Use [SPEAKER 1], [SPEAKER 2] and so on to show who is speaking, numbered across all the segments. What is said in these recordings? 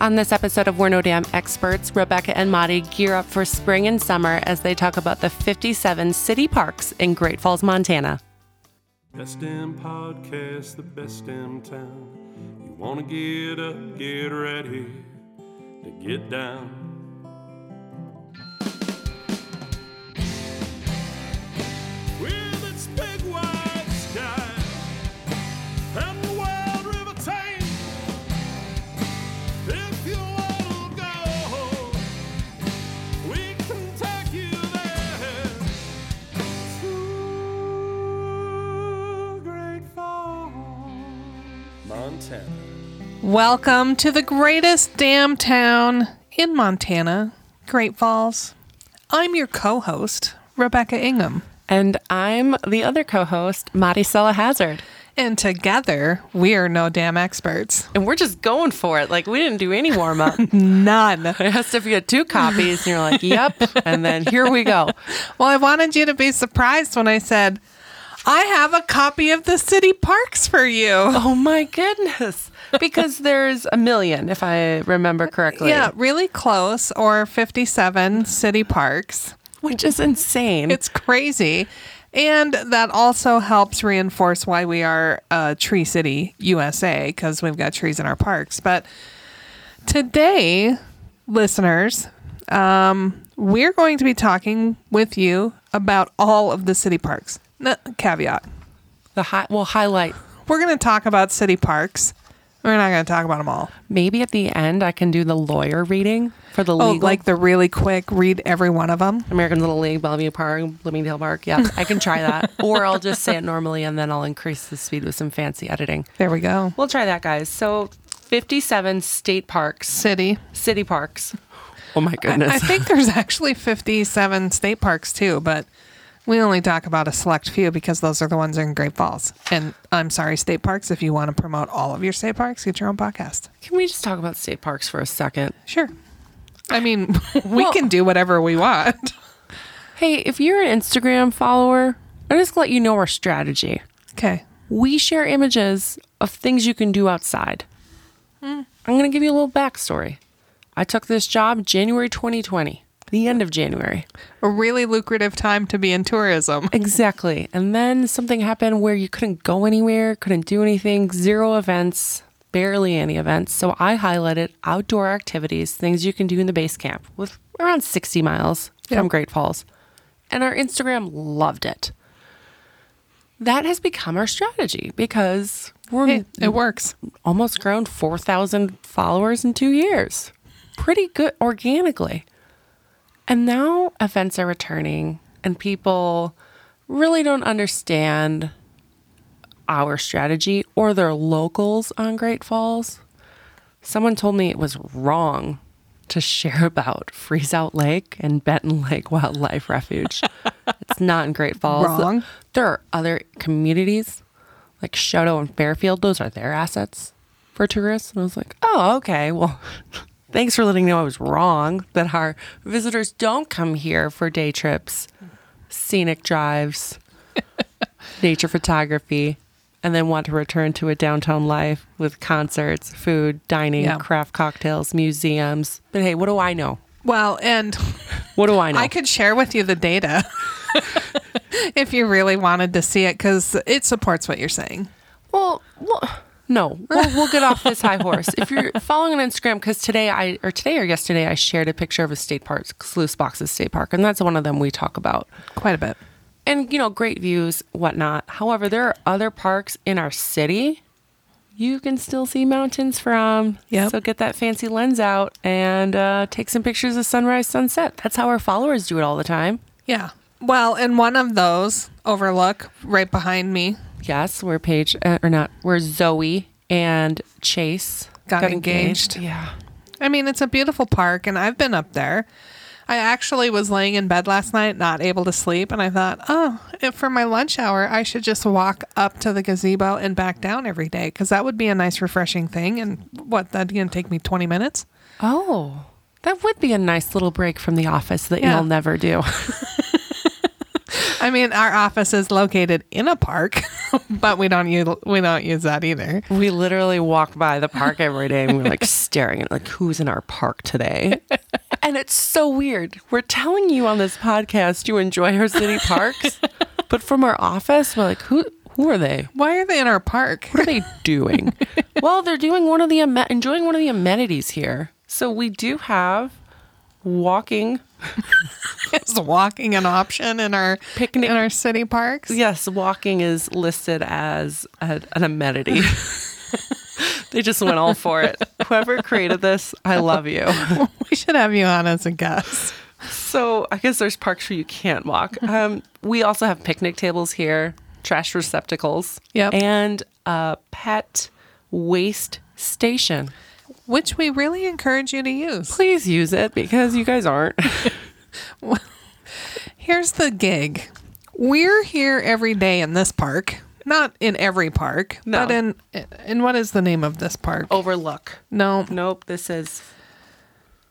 [SPEAKER 1] On this episode of We're No Damn Experts, Rebecca and Madi gear up for spring and summer as they talk about the 57 city parks in Great Falls, Montana.
[SPEAKER 2] Best damn podcast, the best damn town. You wanna get up, get ready to get down. With its big wide sky and the wild river Thames, if you wanna go, we can take you there. Montana.
[SPEAKER 3] Welcome to the greatest damn town in Montana, Great Falls. I'm your co host, Rebecca Ingham,
[SPEAKER 1] And I'm the other co host, Madi Sella Hazard.
[SPEAKER 3] and together we're no damn experts.
[SPEAKER 1] And we're just going for it. Like, we didn't do any warm up. it
[SPEAKER 3] None. Well,
[SPEAKER 1] has to be a two copies, and you're like, yep. And then here we go.
[SPEAKER 3] I wanted you to be surprised when I said, I have a copy of the city parks for you.
[SPEAKER 1] Oh my goodness. Because there's a million, if I remember correctly.
[SPEAKER 3] Yeah, really close, or 57 city parks.
[SPEAKER 1] Which is insane.
[SPEAKER 3] It's crazy. And that also helps reinforce why we are uh, Tree City, USA, because we've got trees in our parks. But today, listeners, um, we're going to be talking with you about all of the city parks. N- caveat
[SPEAKER 1] the hi- we'll highlight.
[SPEAKER 3] we're going to talk about city parks. We're not going to talk about them all.
[SPEAKER 1] Maybe at the end, I can do the lawyer reading for the
[SPEAKER 3] Oh,
[SPEAKER 1] legal.
[SPEAKER 3] like the really quick read every one of them.
[SPEAKER 1] American Little League, Bellevue Park, Bloomingdale Park. Yeah, I can try that. or I'll just say it normally and then I'll increase the speed with some fancy editing.
[SPEAKER 3] There we go.
[SPEAKER 1] We'll try that, guys. So, 57 state parks,
[SPEAKER 3] City.
[SPEAKER 1] city parks. Oh my
[SPEAKER 3] I think there's actually 57 state parks too, but we only talk about a select few because those are the ones in Great Falls. And I'm sorry, state parks, if you want to promote all of your state parks, get your own podcast.
[SPEAKER 1] Can we just talk about state parks for a second?
[SPEAKER 3] Sure. I mean, we
[SPEAKER 1] Well-
[SPEAKER 3] can do whatever we want.
[SPEAKER 1] Hey, if you're an Instagram follower, I just let you know our strategy.
[SPEAKER 3] Okay.
[SPEAKER 1] We share images of things you can do outside. I'm going to give you a little backstory. I took this job January 2020, the end of January.
[SPEAKER 3] A really lucrative time to be in tourism.
[SPEAKER 1] Exactly. And then something happened where you couldn't go anywhere, couldn't do anything, zero events, barely any events. So I highlighted outdoor activities, things you can do in the base camp with around 60 miles from Great Falls. And our Instagram loved it. That has become our strategy because we're
[SPEAKER 3] Hey, it works.
[SPEAKER 1] almost grown 4,000 followers in two years. Pretty good organically. And now events are returning, and people really don't understand our strategy or their locals on Great Falls. Someone told me it was wrong to share about Freeze Out Lake and Benton Lake Wildlife Refuge. it's not in Great Falls.
[SPEAKER 3] Wrong.
[SPEAKER 1] There are other communities like Shoto and Fairfield. Those are their assets for tourists. And I was like, oh, okay. Well, thanks for letting me know I was wrong that our visitors don't come here for day trips, scenic drives nature photography, and then want to return to a downtown life with concerts, food, dining,
[SPEAKER 3] Yeah.
[SPEAKER 1] craft cocktails, museums. But hey, what do I know?
[SPEAKER 3] Well, and
[SPEAKER 1] What do I know?
[SPEAKER 3] I could share with you the data if you really wanted to see it because it supports what you're saying.
[SPEAKER 1] well, well no, we'll, we'll get off this high horse. If you're following on Instagram, because today I or today or yesterday I shared a picture of a state park, Sluice Boxes State Park, and that's one of them we talk about.
[SPEAKER 3] Quite a bit.
[SPEAKER 1] and you know great views whatnot however there are other parks in our city you can still see mountains from
[SPEAKER 3] Yep.
[SPEAKER 1] so get that fancy lens out and uh, take some pictures of sunrise sunset that's how our followers do it all the time
[SPEAKER 3] Yeah. Well, and one of those overlook right behind me
[SPEAKER 1] yes we're paige uh, or not we're zoe and chase
[SPEAKER 3] Got engaged.
[SPEAKER 1] yeah
[SPEAKER 3] I mean, it's a beautiful park, and I've been up there. I actually was laying in bed last night, not able to sleep, and I thought, oh, if for my lunch hour, I should just walk up to the gazebo and back down every day because that would be a nice, refreshing thing. And what, that's going to take me 20 minutes?
[SPEAKER 1] oh that would be a nice little break from the office that
[SPEAKER 3] Yeah.
[SPEAKER 1] you'll never do
[SPEAKER 3] I mean, our office is located in a park, but we don't use we don't use that either.
[SPEAKER 1] We literally walk by the park every day and we're like staring at like who's in our park today. and it's so weird. We're telling you on this podcast you enjoy our city parks, but from our office we're like who who are they?
[SPEAKER 3] Why are they in our park?
[SPEAKER 1] What are they doing? well, they're doing one of the amen- enjoying one of the amenities here. So we do have walking
[SPEAKER 3] Is walking an option in our
[SPEAKER 1] Picnic.
[SPEAKER 3] in our city parks?
[SPEAKER 1] Yes, walking is listed as a, an amenity. they just went all for it. Whoever created this, I love you.
[SPEAKER 3] We should have you on as a guest.
[SPEAKER 1] So I guess there's parks where you can't walk. Um, we also have picnic tables here, trash receptacles,
[SPEAKER 3] Yep.
[SPEAKER 1] and a pet waste station.
[SPEAKER 3] Which we really encourage you to use.
[SPEAKER 1] Please use it because you guys aren't.
[SPEAKER 3] Here's the gig. We're here every day in this park. Not in every park,
[SPEAKER 1] No.
[SPEAKER 3] but in in what is the name of this park?
[SPEAKER 1] Overlook.
[SPEAKER 3] Oh. no.
[SPEAKER 1] Nope, this is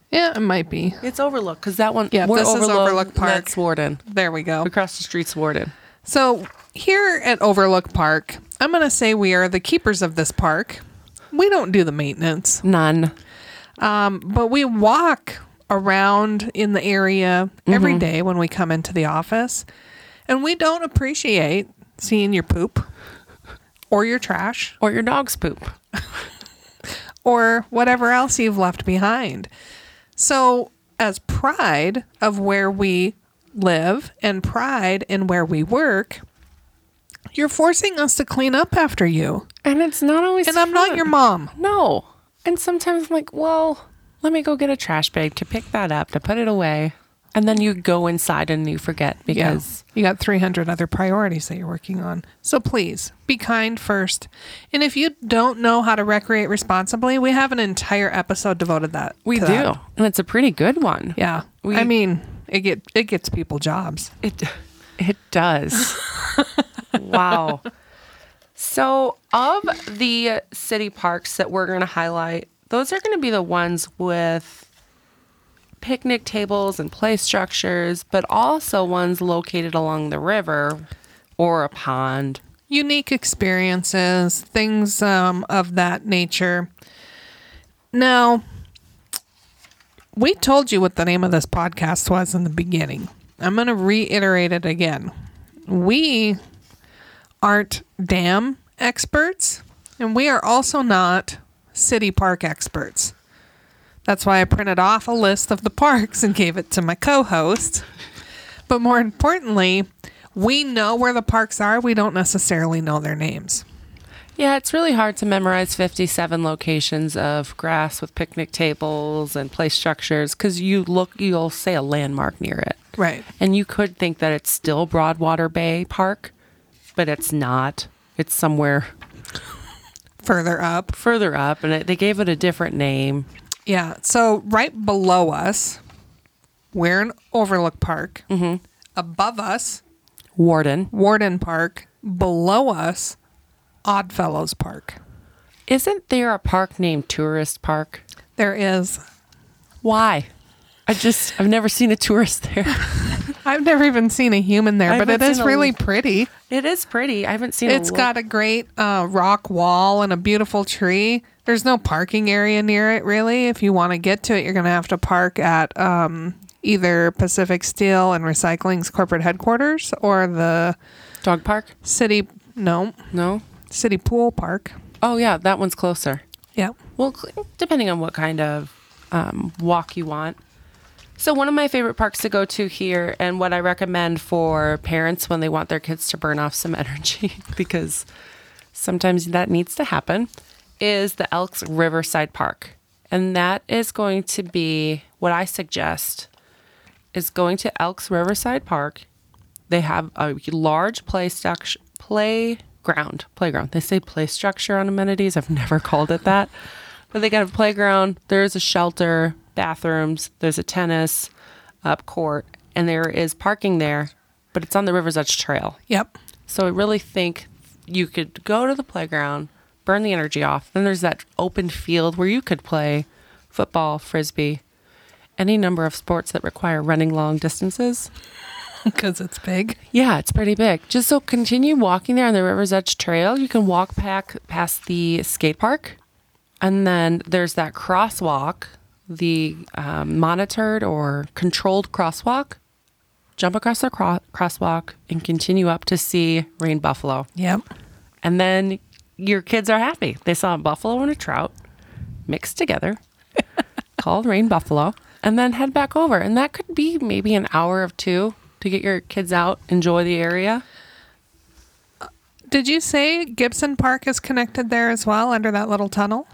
[SPEAKER 3] Yeah, it might be.
[SPEAKER 1] it's Overlook because that one.
[SPEAKER 3] Yeah,
[SPEAKER 1] we're
[SPEAKER 3] this is Overlook Park.
[SPEAKER 1] That's Warden.
[SPEAKER 3] There we go.
[SPEAKER 1] Across the street's Warden.
[SPEAKER 3] So, here at Overlook Park, I'm going to say we are the keepers of this park. We don't do the maintenance,
[SPEAKER 1] None.
[SPEAKER 3] um, but we walk around in the area every
[SPEAKER 1] Mm-hmm.
[SPEAKER 3] day when we come into the office. And we don't appreciate seeing your poop or your trash
[SPEAKER 1] Or your dog's poop.
[SPEAKER 3] or whatever else you've left behind. So, as pride of where we live and pride in where we work, you're forcing us to clean up after you.
[SPEAKER 1] And it's not always.
[SPEAKER 3] And I'm not
[SPEAKER 1] fun.
[SPEAKER 3] your mom.
[SPEAKER 1] No. And sometimes I'm like, well, let me go get a trash bag to pick that up, to put it away. And then you go inside and you forget because
[SPEAKER 3] You got 300 other priorities that you're working on. So please be kind first. And if you don't know how to recreate responsibly, we have an entire episode devoted that.
[SPEAKER 1] we
[SPEAKER 3] to
[SPEAKER 1] do.
[SPEAKER 3] that.
[SPEAKER 1] And it's a pretty good one.
[SPEAKER 3] Yeah.
[SPEAKER 1] We-
[SPEAKER 3] I mean, it get it gets people jobs.
[SPEAKER 1] It, it does. wow. So, of the city parks that we're going to highlight, those are going to be the ones with picnic tables and play structures, but also ones located along the river or a pond.
[SPEAKER 3] unique experiences, things um, of that nature. Now, we told you what the name of this podcast was in the beginning. I'm going to reiterate it again. We aren't dam experts, and we are also not city park experts. That's why I printed off a list of the parks and gave it to my co host. But more importantly, we know where the parks are. We don't necessarily know their names.
[SPEAKER 1] Yeah, it's really hard to memorize 57 locations of grass with picnic tables and play structures because you look, you'll say a landmark near it.
[SPEAKER 3] Right.
[SPEAKER 1] And you could think that it's still Broadwater Bay Park, but it's not. It's somewhere
[SPEAKER 3] Further up.
[SPEAKER 1] further up, and it, they gave it a different name.
[SPEAKER 3] Yeah. So right below us, we're in Overlook Park. Mm-hmm. Above us,
[SPEAKER 1] Warden.
[SPEAKER 3] Warden Park. Below us, Oddfellows Park.
[SPEAKER 1] Isn't there a park named Tourist Park?
[SPEAKER 3] There is.
[SPEAKER 1] Why? I just, I've never seen a tourist there.
[SPEAKER 3] I've never even seen a human there,
[SPEAKER 1] I
[SPEAKER 3] but it
[SPEAKER 1] haven't
[SPEAKER 3] is
[SPEAKER 1] seen a-
[SPEAKER 3] really pretty.
[SPEAKER 1] it is pretty. I haven't seen
[SPEAKER 3] It's
[SPEAKER 1] a lo-
[SPEAKER 3] got a great uh, rock wall and a beautiful tree. There's no parking area near it, really. If you want to get to it, you're going to have to park at um, either Pacific Steel and Recycling's corporate headquarters or the
[SPEAKER 1] dog park?
[SPEAKER 3] city, no,
[SPEAKER 1] No?
[SPEAKER 3] city pool park.
[SPEAKER 1] Oh, yeah, that one's closer.
[SPEAKER 3] Yeah.
[SPEAKER 1] Well, cl- depending on what kind of um, walk you want. So, one of my favorite parks to go to here, and what I recommend for parents when they want their kids to burn off some energy, because sometimes that needs to happen, is the Elks Riverside Park. And that is going to be what I suggest is going to Elks Riverside Park. They have a large play stuc- playground. Playground. They say play structure on amenities. I've never called it that. But they got a playground. There's a shelter, bathrooms. There's a tennis up court, and there is parking there. But it's on the River's Edge Trail.
[SPEAKER 3] Yep.
[SPEAKER 1] So I really think you could go to the playground, burn the energy off. Then there's that open field where you could play football, frisbee, any number of sports that require running long distances.
[SPEAKER 3] because it's big.
[SPEAKER 1] Yeah, it's pretty big. Just so continue walking there on the River's Edge Trail. You can walk back past the skate park, and then there's that crosswalk, the um, monitored or controlled crosswalk. Jump across the cro- crosswalk and continue up to see rain buffalo.
[SPEAKER 3] Yep.
[SPEAKER 1] And then your kids are happy. They saw a buffalo and a trout mixed together, called rain buffalo, and then head back over. And that could be maybe an hour of two to get your kids out, enjoy the area.
[SPEAKER 3] Did you say Gibson Park is connected there as well under that little tunnel?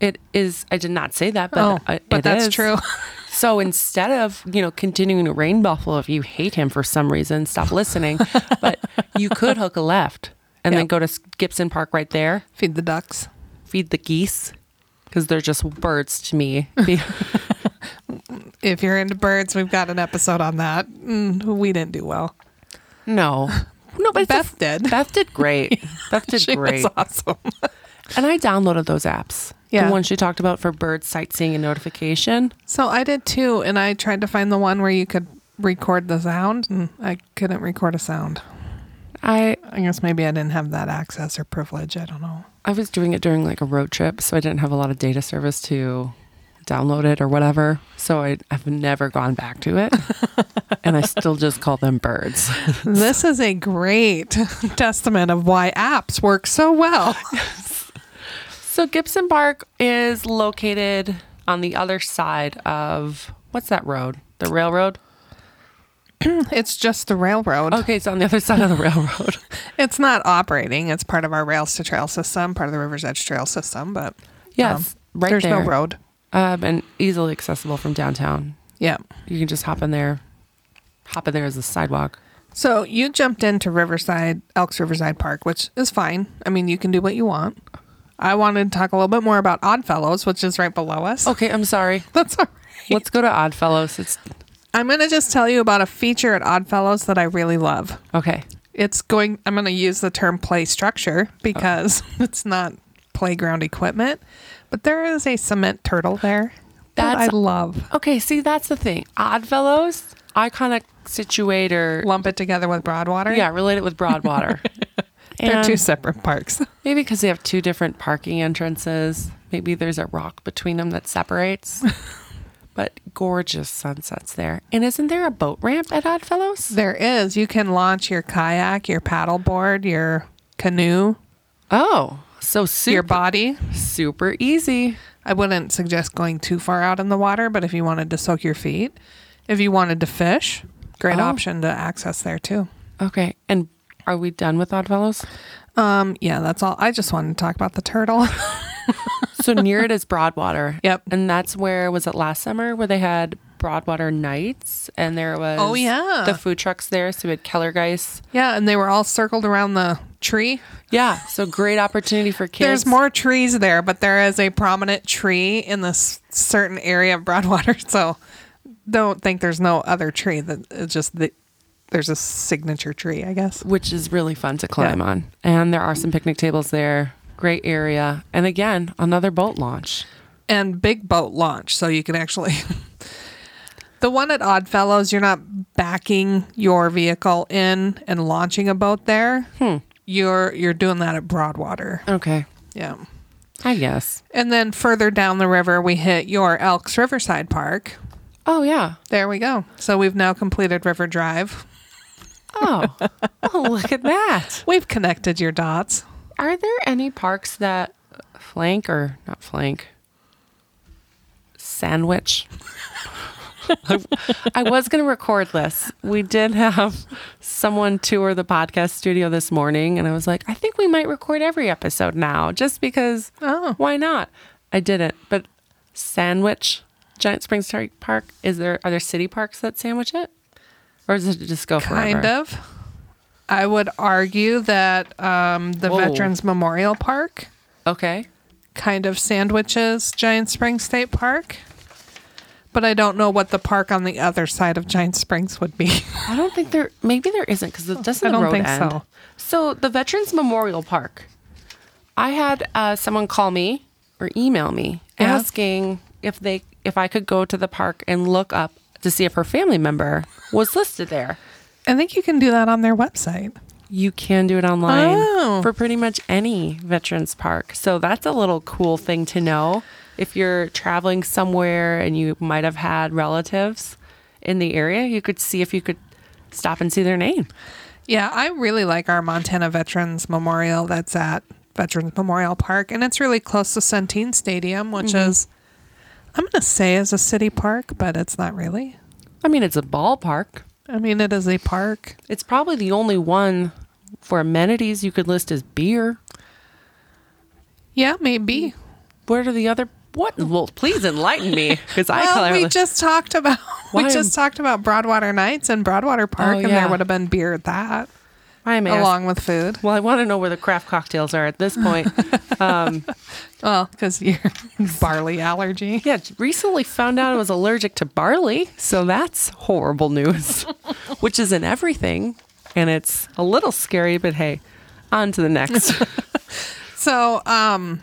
[SPEAKER 1] It is, I did not say that, but,
[SPEAKER 3] oh,
[SPEAKER 1] I-
[SPEAKER 3] but
[SPEAKER 1] it
[SPEAKER 3] that's
[SPEAKER 1] is.
[SPEAKER 3] true.
[SPEAKER 1] So instead of, you know, continuing to rain buffalo, if you hate him for some reason, stop listening. but you could hook a left and then
[SPEAKER 3] Yep.
[SPEAKER 1] go to S- Gibson Park right there,
[SPEAKER 3] Feed the ducks.
[SPEAKER 1] feed the geese, because they're just birds to me. They-
[SPEAKER 3] If you're into birds, we've got an episode on that. Mm, we didn't do well.
[SPEAKER 1] No. No, but it's a-
[SPEAKER 3] Beth did.
[SPEAKER 1] Beth did great. Beth did
[SPEAKER 3] she
[SPEAKER 1] great.
[SPEAKER 3] was awesome.
[SPEAKER 1] And I downloaded those apps.
[SPEAKER 3] Yeah.
[SPEAKER 1] The one she talked about for bird sightseeing and notification.
[SPEAKER 3] So I did too, and I tried to find the one where you could record the sound, and I couldn't record a sound.
[SPEAKER 1] I
[SPEAKER 3] I guess maybe I didn't have that access or privilege. I don't know.
[SPEAKER 1] I was doing it during like a road trip, so I didn't have a lot of data service to download it or whatever. So I, I've never gone back to it. and I still just call them birds.
[SPEAKER 3] This is a great testament of why apps work so well.
[SPEAKER 1] So Gibson Park is located on the other side of what's that road? The railroad?
[SPEAKER 3] It's just the railroad.
[SPEAKER 1] Okay, it's on the other side of the railroad.
[SPEAKER 3] It's not operating. It's part of our rails to trail system, part of the Rivers Edge trail system, but
[SPEAKER 1] Yes, right
[SPEAKER 3] there's
[SPEAKER 1] there.
[SPEAKER 3] no road.
[SPEAKER 1] um, and easily accessible from downtown.
[SPEAKER 3] Yeah.
[SPEAKER 1] You can just hop in there. Hop in there as a sidewalk.
[SPEAKER 3] So you jumped into Riverside, Elks Riverside Park, which is fine. I mean, you can do what you want. I wanted to talk a little bit more about Oddfellows, which is right below us.
[SPEAKER 1] Okay, I'm sorry.
[SPEAKER 3] That's all right.
[SPEAKER 1] Let's go to Oddfellows. It's
[SPEAKER 3] I'm going to just tell you about a feature at Oddfellows that I really love.
[SPEAKER 1] okay.
[SPEAKER 3] It's going, I'm going to use the term play structure because it's not playground equipment, but there is a cement turtle there that I
[SPEAKER 1] That's-
[SPEAKER 3] love.
[SPEAKER 1] Okay, see that's the thing. Oddfellows, iconic situator.
[SPEAKER 3] Lump it together with Broadwater.
[SPEAKER 1] Yeah, related with Broadwater.
[SPEAKER 3] They're
[SPEAKER 1] And
[SPEAKER 3] two separate parks.
[SPEAKER 1] maybe because they have two different parking entrances. Maybe there's a rock between them that separates. but gorgeous sunsets there. And isn't there a boat ramp at Oddfellows?
[SPEAKER 3] There is. You can launch your kayak, your paddleboard, your canoe,
[SPEAKER 1] Oh, so super,
[SPEAKER 3] your body.
[SPEAKER 1] super easy.
[SPEAKER 3] I wouldn't suggest going too far out in the water, but if you wanted to soak your feet, if you wanted to fish, great
[SPEAKER 1] Oh.
[SPEAKER 3] option to access there too.
[SPEAKER 1] Okay. And are we done with Oddfellows?
[SPEAKER 3] Um, yeah, that's all. I just wanted to talk about the turtle.
[SPEAKER 1] So near it is Broadwater.
[SPEAKER 3] Yep.
[SPEAKER 1] And that's where was it last summer where they had Broadwater nights and there was
[SPEAKER 3] Oh, yeah.
[SPEAKER 1] the food trucks there. So we had Kellergeist.
[SPEAKER 3] yeah, and they were all circled around the tree.
[SPEAKER 1] Yeah. So great opportunity for kids.
[SPEAKER 3] There's more trees there, but there is a prominent tree in this certain area of Broadwater. So don't think there's no other tree that it's just the, there's a signature tree, I guess.
[SPEAKER 1] which is really fun to climb
[SPEAKER 3] Yeah.
[SPEAKER 1] on. And there are some picnic tables there. Great area. And again, another boat launch.
[SPEAKER 3] and big boat launch so you can actually the one at oddfellows you're not backing your vehicle in and launching a boat there
[SPEAKER 1] Hmm.
[SPEAKER 3] you're you're doing that at broadwater
[SPEAKER 1] Okay.
[SPEAKER 3] yeah
[SPEAKER 1] I guess.
[SPEAKER 3] and then further down the river we hit your elks riverside park
[SPEAKER 1] Oh yeah.
[SPEAKER 3] there we go so we've now completed river drive
[SPEAKER 1] Oh. oh, look at that.
[SPEAKER 3] we've connected your dots
[SPEAKER 1] Are there any parks that flank or not flank? Sandwich. I was going to record this. We did have someone tour the podcast studio this morning, and I was like, I think we might record every episode now just because
[SPEAKER 3] Oh.
[SPEAKER 1] why not? I didn't. But Sandwich, Giant Springs Ter- Park, is there, are there city parks that sandwich it? Or does it just go forever?
[SPEAKER 3] kind of i would argue that um, the
[SPEAKER 1] Whoa.
[SPEAKER 3] veterans memorial park
[SPEAKER 1] Okay.
[SPEAKER 3] kind of sandwiches Giant Springs State Park. But I don't know what the park on the other side of Giant Springs would be.
[SPEAKER 1] I don't think there. Maybe there isn't because it doesn't.
[SPEAKER 3] I
[SPEAKER 1] the
[SPEAKER 3] don't
[SPEAKER 1] road
[SPEAKER 3] think
[SPEAKER 1] end?
[SPEAKER 3] so.
[SPEAKER 1] So the Veterans Memorial Park. I had uh, someone call me or email me
[SPEAKER 3] Yeah.
[SPEAKER 1] asking if they if I could go to the park and look up to see if her family member was listed there.
[SPEAKER 3] I think you can do that on their website.
[SPEAKER 1] You can do it online
[SPEAKER 3] Oh.
[SPEAKER 1] for pretty much any veterans park. So that's a little cool thing to know. If you're traveling somewhere and you might have had relatives in the area, you could see if you could stop and see their name.
[SPEAKER 3] Yeah, I really like our Montana Veterans Memorial that's at Veterans Memorial Park, and it's really close to Centene Stadium, which
[SPEAKER 1] Mm-hmm.
[SPEAKER 3] is, I'm going to say, is a city park, but it's not really.
[SPEAKER 1] I mean, it's a ballpark.
[SPEAKER 3] I mean, it is a park.
[SPEAKER 1] It's probably the only one for amenities you could list as beer.
[SPEAKER 3] Yeah,
[SPEAKER 1] Mm.
[SPEAKER 3] maybe.
[SPEAKER 1] What are the other? What? Well, please enlighten me because I
[SPEAKER 3] Well, we
[SPEAKER 1] clearly-
[SPEAKER 3] just talked about
[SPEAKER 1] Why
[SPEAKER 3] we
[SPEAKER 1] am- Oh,
[SPEAKER 3] just talked about Broadwater Nights and Broadwater Park, and
[SPEAKER 1] yeah.
[SPEAKER 3] there would have been beer at that,
[SPEAKER 1] I am asked-
[SPEAKER 3] along with food.
[SPEAKER 1] Well, I want to know where the craft cocktails are at this point.
[SPEAKER 3] Well, because your barley allergy.
[SPEAKER 1] Yeah, recently found out I was allergic to barley, so that's horrible news, which is in everything, and it's a little scary. But hey, on to the next.
[SPEAKER 3] So, um,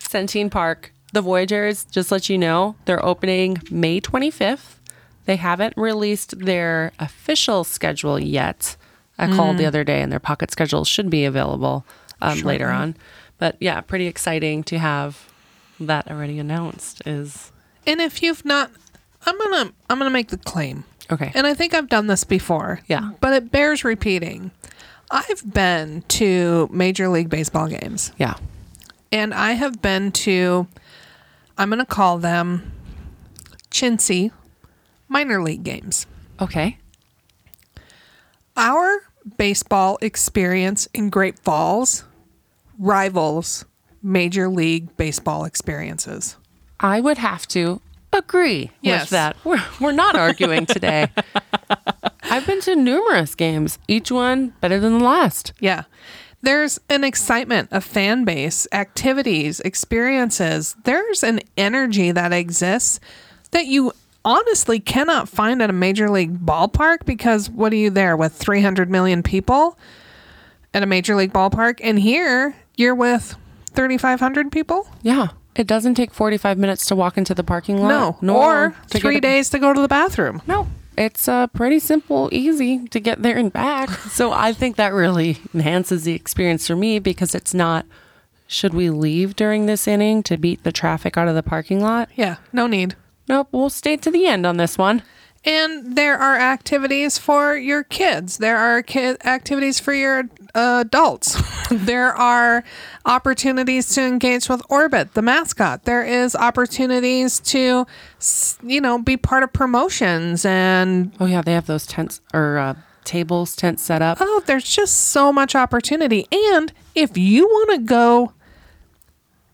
[SPEAKER 1] Centene Park. The Voyagers, just let you know, they're opening May 25th. They haven't released their official schedule yet. I called the other day and their pocket schedule should be available um, later on. But yeah, pretty exciting to have that already announced is
[SPEAKER 3] and if you've not, I'm gonna I'm gonna make the claim.
[SPEAKER 1] okay.
[SPEAKER 3] And I think I've done this before.
[SPEAKER 1] Yeah.
[SPEAKER 3] But it bears repeating. I've been to Major League Baseball games
[SPEAKER 1] yeah.
[SPEAKER 3] and I have been to, I'm going to call them chintzy minor league games.
[SPEAKER 1] Okay.
[SPEAKER 3] Our baseball experience in Great Falls rivals Major League Baseball experiences.
[SPEAKER 1] I would have to agree
[SPEAKER 3] Yes.
[SPEAKER 1] with that. We're, we're not arguing today. I've been to numerous games, each one better than the last.
[SPEAKER 3] Yeah. There's an excitement, a fan base, activities, experiences. There's an energy that exists that you honestly cannot find at a major league ballpark because what are you there with 300 million people at a major league ballpark? And here you're with 3,500 people?
[SPEAKER 1] Yeah. It doesn't take 45 minutes to walk into the parking lot.
[SPEAKER 3] No.
[SPEAKER 1] nor
[SPEAKER 3] or
[SPEAKER 1] to
[SPEAKER 3] three
[SPEAKER 1] get a-
[SPEAKER 3] days to go to the bathroom.
[SPEAKER 1] No. It's uh, pretty simple, easy to get there and back. so I think that really enhances the experience for me because it's not, should we leave during this inning to beat the traffic out of the parking lot?
[SPEAKER 3] Yeah, no need.
[SPEAKER 1] Nope. We'll stay to the end on this one.
[SPEAKER 3] And there are activities for your kids. There are ki- activities for your uh, adults. there are opportunities to engage with Orbit, the mascot. There is opportunities to, s- you know, be part of promotions and
[SPEAKER 1] Oh, yeah. They have those tents or uh, tables, tents set up.
[SPEAKER 3] oh, there's just so much opportunity. And if you want to go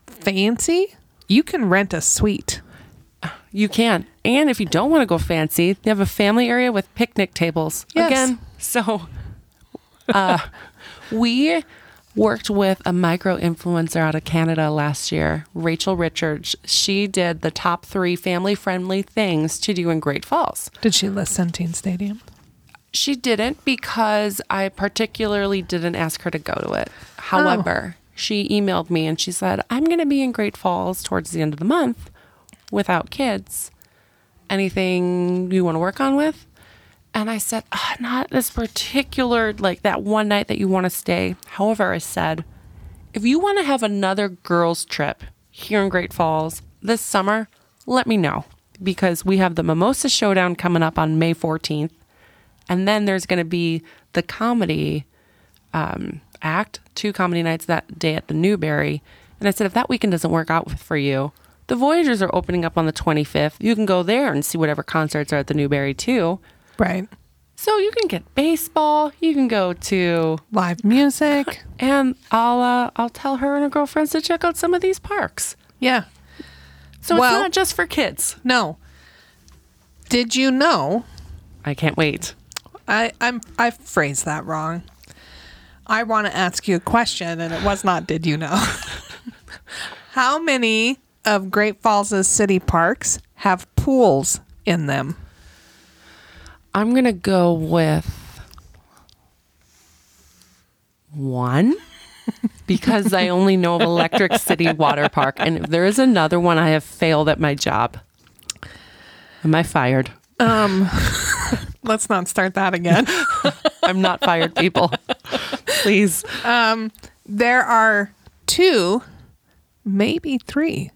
[SPEAKER 3] fancy, you can rent a suite.
[SPEAKER 1] You can. And if you don't want to go fancy, they have a family area with picnic tables.
[SPEAKER 3] Yes.
[SPEAKER 1] Again, so uh, we worked with a micro influencer out of Canada last year, Rachel Richards. She did the top three family friendly things to do in Great Falls.
[SPEAKER 3] Did she list Centene Stadium?
[SPEAKER 1] She didn't because I particularly didn't ask her to go to it. However, she emailed me and she said, I'm going to be in Great Falls towards the end of the month without kids. Anything you want to work on with? And I said, "Ah, not this particular, like that one night that you want to stay. However, I said, if you want to have another girls' trip here in Great Falls this summer, let me know because we have the Mimosa Showdown coming up on May 14th. And then there's going to be the comedy um, act, two comedy nights that day at the Newberry. And I said, if that weekend doesn't work out with- for you, the Voyagers are opening up on the 25th. You can go there and see whatever concerts are at the Newberry too.
[SPEAKER 3] Right.
[SPEAKER 1] So you can get baseball. You can go to,
[SPEAKER 3] Live music.
[SPEAKER 1] and I'll uh, I'll tell her and her girlfriends to check out some of these parks.
[SPEAKER 3] Yeah.
[SPEAKER 1] So
[SPEAKER 3] Well-
[SPEAKER 1] it's not just for kids.
[SPEAKER 3] No. Did you know?
[SPEAKER 1] I can't wait.
[SPEAKER 3] I I'm I phrased that wrong. I want to ask you a question, and it was not. Did you know? How many of Great Falls' city parks have pools in them?
[SPEAKER 1] I'm gonna go with one because I only know of Electric City Water Park, and if there is another one, I have failed at my job. Am I fired?
[SPEAKER 3] Let's not start that again.
[SPEAKER 1] I'm not fired, people. Please.
[SPEAKER 3] there are two, maybe three.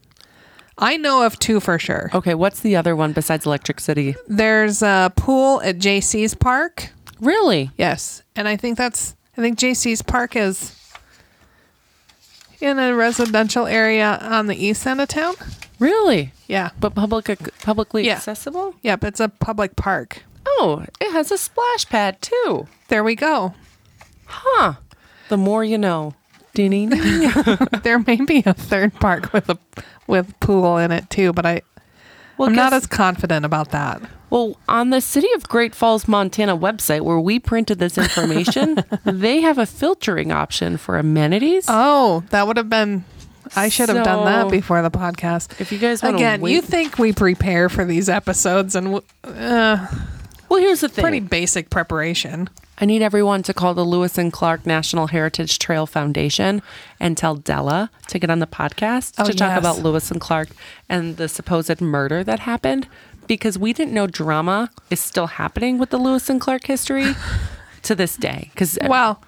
[SPEAKER 3] I know of two for sure.
[SPEAKER 1] Okay, what's the other one besides Electric City?
[SPEAKER 3] There's a pool at JC's Park.
[SPEAKER 1] Really?
[SPEAKER 3] Yes. And I think that's, I think JC's Park is in a residential area on the east end of town.
[SPEAKER 1] Really?
[SPEAKER 3] Yeah.
[SPEAKER 1] But public publicly
[SPEAKER 3] Yeah.
[SPEAKER 1] accessible?
[SPEAKER 3] Yep. It's a public park.
[SPEAKER 1] Oh, it has a splash pad too.
[SPEAKER 3] There we go.
[SPEAKER 1] Huh. The more you know. Ding.
[SPEAKER 3] there may be a third park with a with pool in it too, but I
[SPEAKER 1] Well,
[SPEAKER 3] I'm not
[SPEAKER 1] guess-
[SPEAKER 3] as confident about that.
[SPEAKER 1] Well, on the City of Great Falls, Montana website where we printed this information, they have a filtering option for amenities.
[SPEAKER 3] Oh, that would have been. I should have done
[SPEAKER 1] So-
[SPEAKER 3] that before the podcast.
[SPEAKER 1] If you guys wanna
[SPEAKER 3] again, you
[SPEAKER 1] wait-
[SPEAKER 3] think we prepare for these episodes and w-
[SPEAKER 1] well, here's the thing.
[SPEAKER 3] pretty basic preparation.
[SPEAKER 1] I need everyone to call the Lewis and Clark National Heritage Trail Foundation and tell Della to get on the podcast
[SPEAKER 3] Oh,
[SPEAKER 1] to talk
[SPEAKER 3] yes.
[SPEAKER 1] about Lewis and Clark and the supposed murder that happened because we didn't know drama is still happening with the Lewis and Clark history to this day. uh, Because
[SPEAKER 3] Well,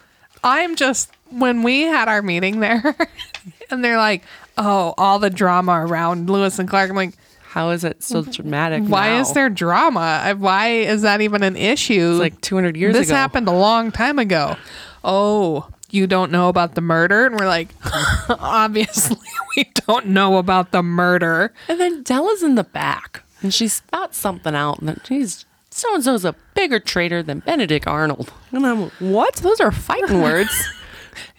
[SPEAKER 3] I'm just when we had our meeting there, and they're like, "Oh, all the drama around Lewis and Clark." I'm like,
[SPEAKER 1] how is it so dramatic?
[SPEAKER 3] "Why
[SPEAKER 1] now?
[SPEAKER 3] is there drama? Why is that even an issue?"
[SPEAKER 1] like 200 years
[SPEAKER 3] this
[SPEAKER 1] ago?
[SPEAKER 3] happened a long time ago. Oh, you don't know about the murder? And we're like, obviously, we don't know about the murder.
[SPEAKER 1] And then Della's in the back and she spouts something out and then she's so and so's a bigger traitor than Benedict Arnold. And I'm like, what? Those are fighting words.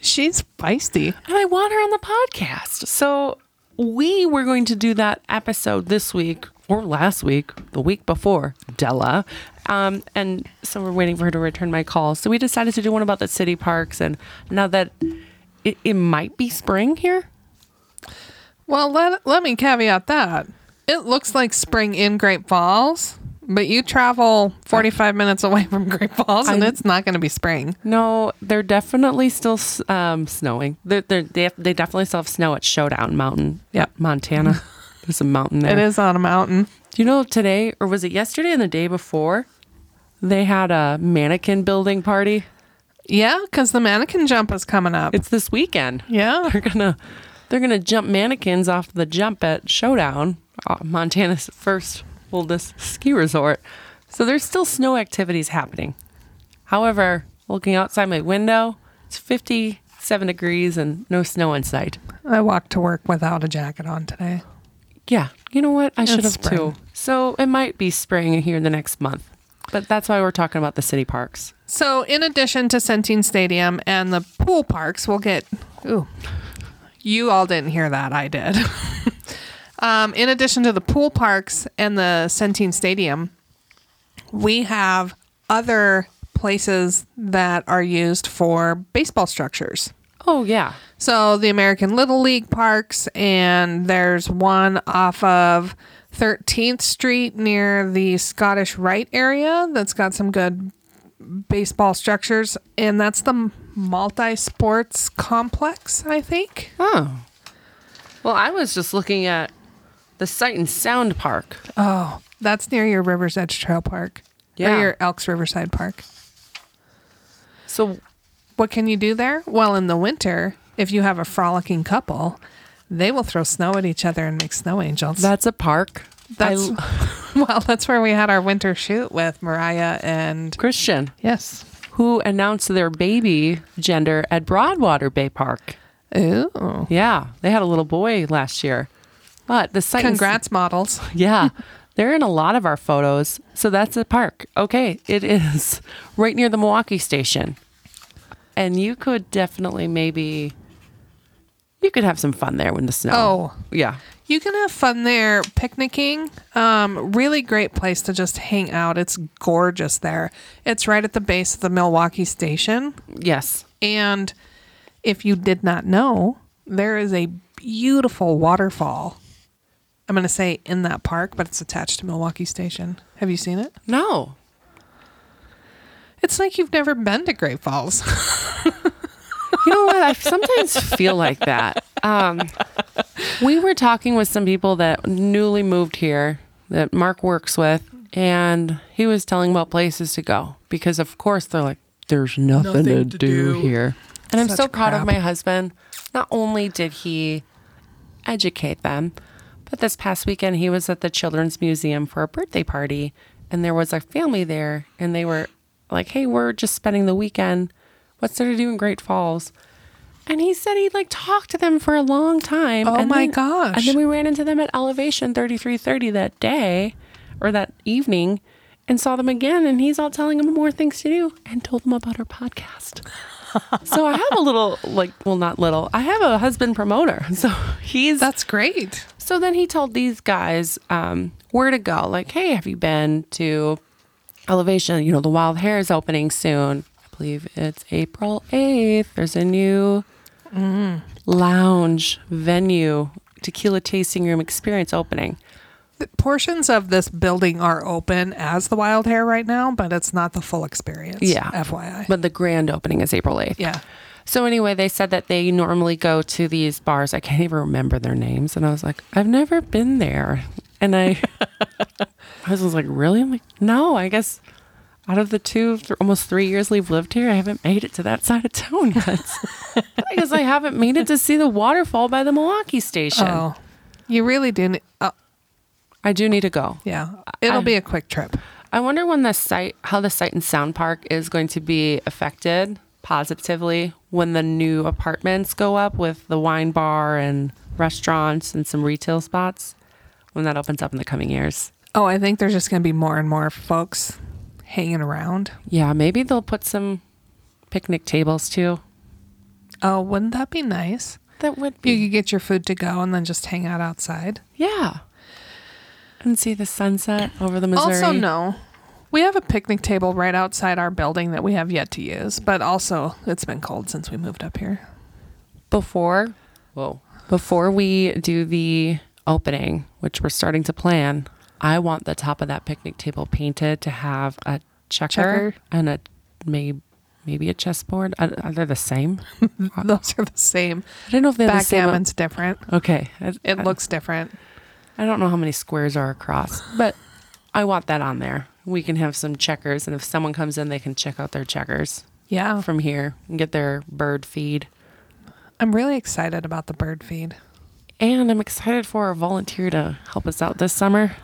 [SPEAKER 3] She's feisty.
[SPEAKER 1] and I want her on the podcast. So we were going to do that episode this week or last week, the week before, Della. Um, and so we're waiting for her to return my call. So we decided to do one about the city parks. And now that it, it might be spring here,
[SPEAKER 3] Well, let, let me caveat that. It looks like spring in Great Falls, but you travel 45 minutes away from Great Falls and
[SPEAKER 1] I-
[SPEAKER 3] it's not going to be spring.
[SPEAKER 1] No, they're definitely still s- um, snowing. They're, they're, they have, they definitely still have snow at Showdown Mountain.
[SPEAKER 3] Yep.
[SPEAKER 1] Montana. There's a mountain there.
[SPEAKER 3] It is on a mountain.
[SPEAKER 1] Do you know today, or was it yesterday and the day before, they had a mannequin building party?
[SPEAKER 3] Yeah, because the mannequin jump is coming up.
[SPEAKER 1] It's this weekend.
[SPEAKER 3] yeah.
[SPEAKER 1] They're gonna they're gonna jump mannequins off the jump at Showdown, uh, Montana's first oldest ski resort. So there's still snow activities happening. However, looking outside my window, it's 57 degrees and no snow in sight.
[SPEAKER 3] I walked to work without a jacket on today.
[SPEAKER 1] Yeah, you know what? I should have
[SPEAKER 3] spring.
[SPEAKER 1] too. So it might be spring here in the next month. But that's why we're talking about the city parks.
[SPEAKER 3] So, in addition to Centene Stadium and the pool parks, we'll get. Ooh, you all didn't hear that. I did. um, in addition to the pool parks and the Centene Stadium, we have other places that are used for baseball structures.
[SPEAKER 1] Oh yeah.
[SPEAKER 3] So the American Little League parks, and there's one off of 13th Street near the Scottish Rite area that's got some good baseball structures, and that's the multi sports complex, I think.
[SPEAKER 1] Oh. Well, I was just looking at the Sight and Sound Park.
[SPEAKER 3] Oh, that's near your River's Edge Trail Park.
[SPEAKER 1] Yeah.
[SPEAKER 3] Or your Elks Riverside Park.
[SPEAKER 1] So
[SPEAKER 3] What can you do there? Well, in the winter, if you have a frolicking couple, they will throw snow at each other and make snow angels.
[SPEAKER 1] That's a park.
[SPEAKER 3] That's
[SPEAKER 1] I-
[SPEAKER 3] well, that's where we had our winter shoot with Mariah and
[SPEAKER 1] Christian,
[SPEAKER 3] yes.
[SPEAKER 1] who announced their baby gender at Broadwater Bay Park.
[SPEAKER 3] Ooh.
[SPEAKER 1] Yeah, they had a little boy last year. But the site, and-
[SPEAKER 3] Congrats, models.
[SPEAKER 1] yeah, they're in a lot of our photos. So that's a park. Okay, it is right near the Milwaukee station, and you could definitely maybe you could have some fun there when the snow.
[SPEAKER 3] Oh.
[SPEAKER 1] yeah,
[SPEAKER 3] You can have fun there picnicking. Um, really great place to just hang out. It's gorgeous there. It's right at the base of the Milwaukee station.
[SPEAKER 1] yes.
[SPEAKER 3] And if you did not know, there is a beautiful waterfall. I'm going to say in that park, but it's attached to Milwaukee Station. Have you seen it?
[SPEAKER 1] No,
[SPEAKER 3] It's like you've never been to Great Falls.
[SPEAKER 1] You know what? I sometimes feel like that. Um, we were talking with some people that newly moved here that Mark works with, and he was telling about places to go because, of course, they're like, there's nothing,
[SPEAKER 3] Nothing
[SPEAKER 1] to,
[SPEAKER 3] to
[SPEAKER 1] do,
[SPEAKER 3] do.
[SPEAKER 1] here. And I'm
[SPEAKER 3] Such
[SPEAKER 1] so proud of
[SPEAKER 3] crap.
[SPEAKER 1] my husband. Not only did he educate them, but this past weekend he was at the Children's Museum for a birthday party, and there was a family there, and they were like, hey, we're just spending the weekend. What's there to do in Great Falls? And he said he like talked to them for a long time.
[SPEAKER 3] Oh
[SPEAKER 1] and
[SPEAKER 3] my
[SPEAKER 1] then-
[SPEAKER 3] gosh.
[SPEAKER 1] And then we ran into them at elevation 3330 that day or that evening and saw them again. And he's all telling them more things to do and told them about our podcast. so I have a little, like, well, not little, I have a husband promoter. So he's
[SPEAKER 3] That's great.
[SPEAKER 1] so then he told these guys um, where to go. Like, hey, have you been to Elevation? You know, the Wild Hair is opening soon. I believe it's April 8th. There's a new lounge venue, tequila tasting room experience opening.
[SPEAKER 3] The portions of this building are open as the wild hair right now, but it's not the full experience.
[SPEAKER 1] Yeah.
[SPEAKER 3] FYI.
[SPEAKER 1] But the grand opening is April 8th.
[SPEAKER 3] yeah.
[SPEAKER 1] So anyway, they said that they normally go to these bars. I can't even remember their names, and I was like, I've never been there. And I, I was like, really? I'm like, no. I guess out of the two, th- almost three years we've lived here, I haven't made it to that side of town yet. I guess I haven't made it to see the waterfall by the Milwaukee station.
[SPEAKER 3] Oh, you really didn't. Uh,
[SPEAKER 1] I do need to go.
[SPEAKER 3] yeah. It'll
[SPEAKER 1] I-
[SPEAKER 3] be a quick trip.
[SPEAKER 1] I wonder when the site, how the site and sound park is going to be affected positively when the new apartments go up with the wine bar and restaurants and some retail spots when that opens up in the coming years.
[SPEAKER 3] Oh, I think there's just going to be more and more folks hanging around.
[SPEAKER 1] Yeah, maybe they'll put some picnic tables too.
[SPEAKER 3] Oh, wouldn't that be nice?
[SPEAKER 1] That would
[SPEAKER 3] You
[SPEAKER 1] be,
[SPEAKER 3] could get your food to go and then just hang out outside.
[SPEAKER 1] yeah. And see the sunset over the Missouri.
[SPEAKER 3] Also, no. We have a picnic table right outside our building that we have yet to use, but also it's been cold since we moved up here.
[SPEAKER 1] before whoa before we do the opening which we're starting to plan i want the top of that picnic table painted to have a checker,
[SPEAKER 3] Checker.
[SPEAKER 1] and a may, maybe a chessboard are, are they the same i
[SPEAKER 3] Those are the Mm. same.
[SPEAKER 1] don't know if they're the same
[SPEAKER 3] Backgammon's different.
[SPEAKER 1] okay I,
[SPEAKER 3] It
[SPEAKER 1] I-
[SPEAKER 3] looks different.
[SPEAKER 1] I don't know how many squares are across but i want that on there we can have some checkers and if someone comes in they can check out their checkers
[SPEAKER 3] Yeah.
[SPEAKER 1] from here and get their bird feed
[SPEAKER 3] I'm really excited about the bird feed.
[SPEAKER 1] And I'm excited for a volunteer to help us out this summer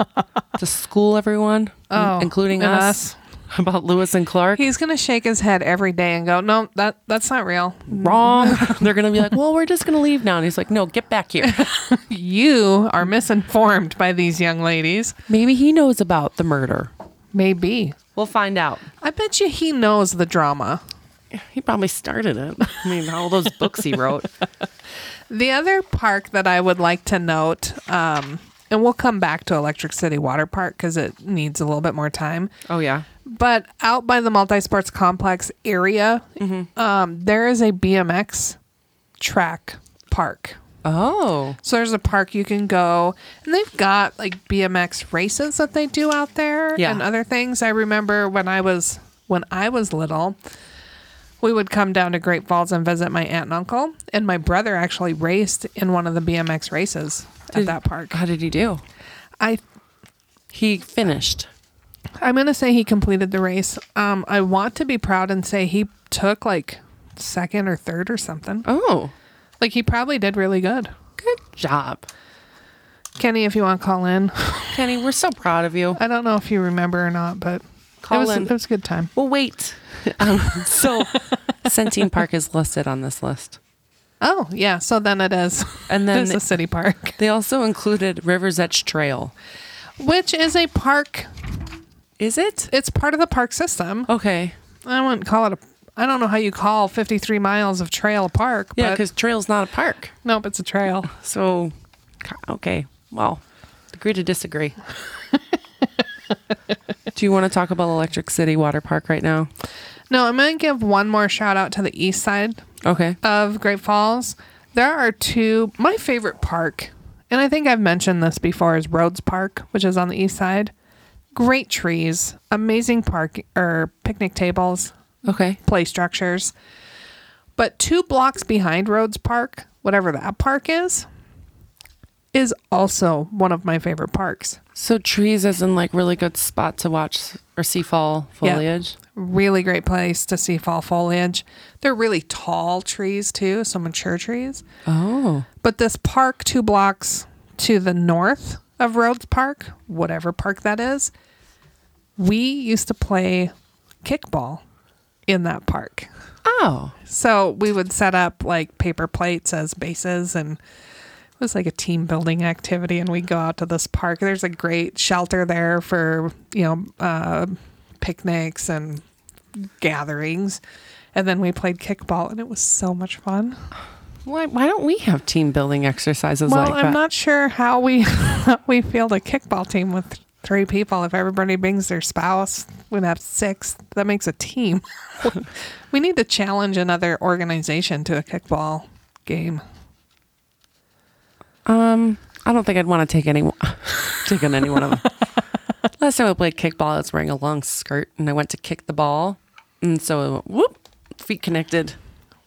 [SPEAKER 1] to school everyone,
[SPEAKER 3] Oh,
[SPEAKER 1] including
[SPEAKER 3] and
[SPEAKER 1] us, about Lewis and Clark.
[SPEAKER 3] He's going to shake his head every day and go, "No, that that's not real.
[SPEAKER 1] Wrong. They're going to be like, well, we're just going to leave now. And he's like, no, get back here.
[SPEAKER 3] You are misinformed by these young ladies."
[SPEAKER 1] Maybe he knows about the murder.
[SPEAKER 3] Maybe.
[SPEAKER 1] We'll find out.
[SPEAKER 3] I bet you he knows the drama.
[SPEAKER 1] He probably started it. I mean, all those books he wrote.
[SPEAKER 3] The other park that I would like to note, um, and we'll come back to Electric City Water Park because it needs a little bit more time.
[SPEAKER 1] Oh, yeah.
[SPEAKER 3] But out by the multi sports complex area, um, there is a BMX track park.
[SPEAKER 1] Oh.
[SPEAKER 3] So there's a park you can go, and they've got like BMX races that they do out there
[SPEAKER 1] Yeah.
[SPEAKER 3] and other things. I remember when I was when I was little, we would come down to Great Falls and visit my aunt and uncle, and my brother actually raced in one of the BMX races at that park.
[SPEAKER 1] How did he do?
[SPEAKER 3] I
[SPEAKER 1] He finished.
[SPEAKER 3] I'm gonna say he completed the race. Um, I want to be proud and say he took like second or third or something.
[SPEAKER 1] Oh,
[SPEAKER 3] Like he probably did really good.
[SPEAKER 1] good job.
[SPEAKER 3] Kenny, if you want to call in,
[SPEAKER 1] Kenny, we're so proud of you.
[SPEAKER 3] I don't know if you remember or not, but
[SPEAKER 1] Call
[SPEAKER 3] it was
[SPEAKER 1] in.
[SPEAKER 3] it was a good time.
[SPEAKER 1] Well, wait. Um, so, Centine Park is listed on this list.
[SPEAKER 3] Oh yeah, so then it is.
[SPEAKER 1] And then-
[SPEAKER 3] it's a city park,
[SPEAKER 1] They also included River's Edge Trail.
[SPEAKER 3] which is a park.
[SPEAKER 1] Is it?
[SPEAKER 3] It's part of the park system.
[SPEAKER 1] Okay.
[SPEAKER 3] I wouldn't call it a. I don't know how you call 53 miles of trail a park.
[SPEAKER 1] Yeah,
[SPEAKER 3] but-
[SPEAKER 1] because trail's not a park.
[SPEAKER 3] nope, it's a trail.
[SPEAKER 1] So, okay. Well, agree to disagree. Do you want to talk about Electric City Water Park right now?
[SPEAKER 3] No, I'm gonna give one more shout out to the east side
[SPEAKER 1] Okay.
[SPEAKER 3] of Great Falls, there are two. My favorite park, and I think I've mentioned this before, is Rhodes Park, which is on the east side. Great trees, amazing park or picnic tables,
[SPEAKER 1] Okay.
[SPEAKER 3] play structures. But two blocks behind Rhodes Park, whatever that park is, is also one of my favorite parks.
[SPEAKER 1] So trees as in like really good spot to watch or see fall
[SPEAKER 3] Yeah.
[SPEAKER 1] foliage.
[SPEAKER 3] Really great place to see fall foliage. They're really tall trees too, so mature trees.
[SPEAKER 1] Oh.
[SPEAKER 3] But this park, two blocks to the north of Rhodes Park, whatever park that is, we used to play kickball in that park.
[SPEAKER 1] Oh.
[SPEAKER 3] So we would set up like paper plates as bases and it was like a team building activity and we'd go out to this park. There's a great shelter there for, you know, uh, picnics and gatherings. And then we played kickball and it was so much fun.
[SPEAKER 1] Why, why don't we have team building exercises
[SPEAKER 3] Well,
[SPEAKER 1] like
[SPEAKER 3] I'm
[SPEAKER 1] that?
[SPEAKER 3] not sure how we how we field a kickball team with three people. If everybody brings their spouse, we'd have six. That makes a team. we need to challenge another organization to a kickball game.
[SPEAKER 1] I don't think I'd want to take any take on any one of them. Last time I played kickball, I was wearing a long skirt and I went to kick the ball, and so whoop, feet connected.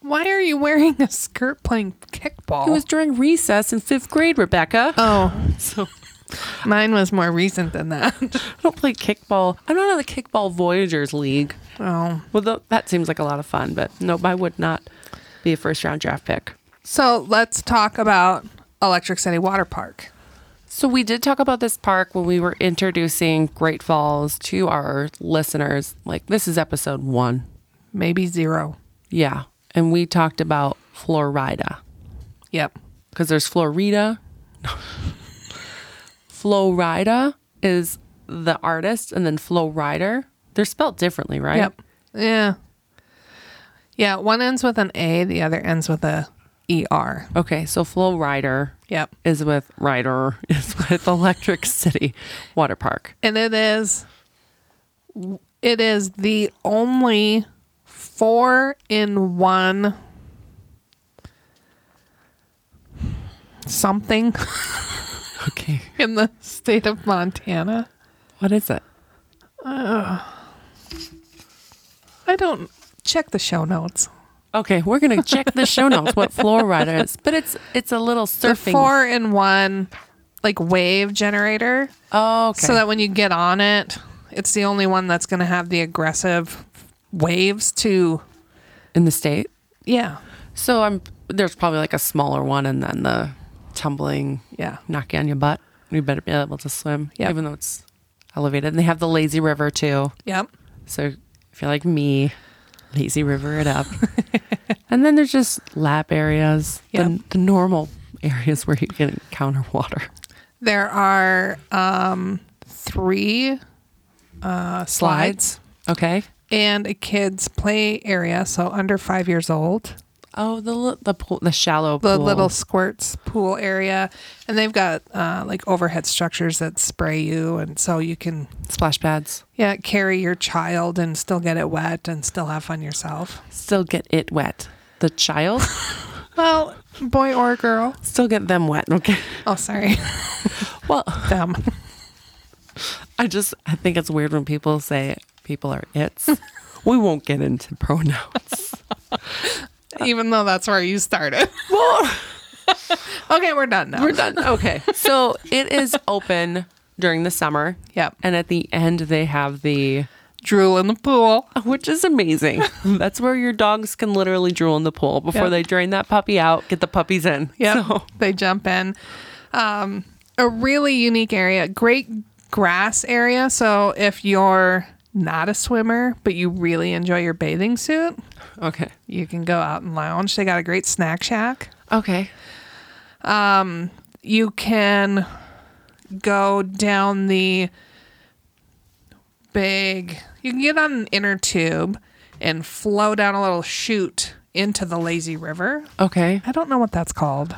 [SPEAKER 3] Why are you wearing a skirt playing kickball?
[SPEAKER 1] It was during recess in fifth grade, Rebecca.
[SPEAKER 3] oh,
[SPEAKER 1] so
[SPEAKER 3] mine was more recent than that.
[SPEAKER 1] I don't play kickball. I'm not on the kickball Voyagers League.
[SPEAKER 3] oh.
[SPEAKER 1] Well, tho- that seems like a lot of fun, but nope, I would not be a first round draft pick.
[SPEAKER 3] So let's talk about Electric City Water Park.
[SPEAKER 1] So we did talk about this park when we were introducing Great Falls to our listeners. Like this is episode one.
[SPEAKER 3] Maybe zero.
[SPEAKER 1] Yeah. And we talked about Florida
[SPEAKER 3] Yep.
[SPEAKER 1] because there's Florida. Florida is the artist, and then Flow Rider. They're spelled differently, right?
[SPEAKER 3] Yep. Yeah. Yeah. One ends with an A, the other ends with a ER.
[SPEAKER 1] Okay. So Flow Rider
[SPEAKER 3] Yep.
[SPEAKER 1] is with Rider, is with Electric City Water Park.
[SPEAKER 3] And it is, it is the only four in one something
[SPEAKER 1] Okay.
[SPEAKER 3] in the state of Montana.
[SPEAKER 1] What is it?
[SPEAKER 3] I don't check the show notes.
[SPEAKER 1] Okay, we're gonna check the show notes what Flow Rider is, but it's it's a little
[SPEAKER 3] The
[SPEAKER 1] surfing.
[SPEAKER 3] four in one, like wave generator.
[SPEAKER 1] oh, okay.
[SPEAKER 3] So that when you get on it, it's the only one that's going to have the aggressive waves to,
[SPEAKER 1] in the state.
[SPEAKER 3] yeah,
[SPEAKER 1] So I'm there's probably like a smaller one, and then the tumbling
[SPEAKER 3] yeah.
[SPEAKER 1] knock you on your butt. You better be able to swim,
[SPEAKER 3] Yep.
[SPEAKER 1] even though it's elevated. And they have the lazy river too.
[SPEAKER 3] Yep.
[SPEAKER 1] So if you're like me, lazy river it up. and then there's just lap areas,
[SPEAKER 3] Yep.
[SPEAKER 1] the, the normal areas where you can encounter water.
[SPEAKER 3] There are um, three uh, slides
[SPEAKER 1] Okay.
[SPEAKER 3] and a kids' play area. So under five years old,
[SPEAKER 1] Oh, the li- the pool, the shallow
[SPEAKER 3] the
[SPEAKER 1] pool.
[SPEAKER 3] little squirts pool area, and they've got uh, like overhead structures that spray you, and so you can
[SPEAKER 1] splash pads.
[SPEAKER 3] yeah carry your child and still get it wet and still have fun yourself.
[SPEAKER 1] Still get it wet. The child
[SPEAKER 3] Well, boy or girl.
[SPEAKER 1] still get them wet. Okay.
[SPEAKER 3] Oh, sorry,
[SPEAKER 1] Well,
[SPEAKER 3] them.
[SPEAKER 1] I just I think it's weird when people say people are its. we won't get into pronouns.
[SPEAKER 3] Even though that's where you started.
[SPEAKER 1] well,
[SPEAKER 3] okay, we're done now.
[SPEAKER 1] we're done. Okay. So it is open during the summer.
[SPEAKER 3] Yep.
[SPEAKER 1] And at the end they have the
[SPEAKER 3] Drool in the pool.
[SPEAKER 1] which is amazing. That's where your dogs can literally drool in the pool before
[SPEAKER 3] Yep.
[SPEAKER 1] they drain that puppy out, get the puppies in.
[SPEAKER 3] Yeah,
[SPEAKER 1] So,
[SPEAKER 3] they jump in. Um, a really unique area, great grass area. So if you're not a swimmer but you really enjoy your bathing suit,
[SPEAKER 1] okay.
[SPEAKER 3] you can go out and lounge. They got a great snack shack.
[SPEAKER 1] Okay.
[SPEAKER 3] Um, You can go down the big. You can get on an inner tube and flow down a little chute into the lazy river.
[SPEAKER 1] Okay.
[SPEAKER 3] I don't know what that's called.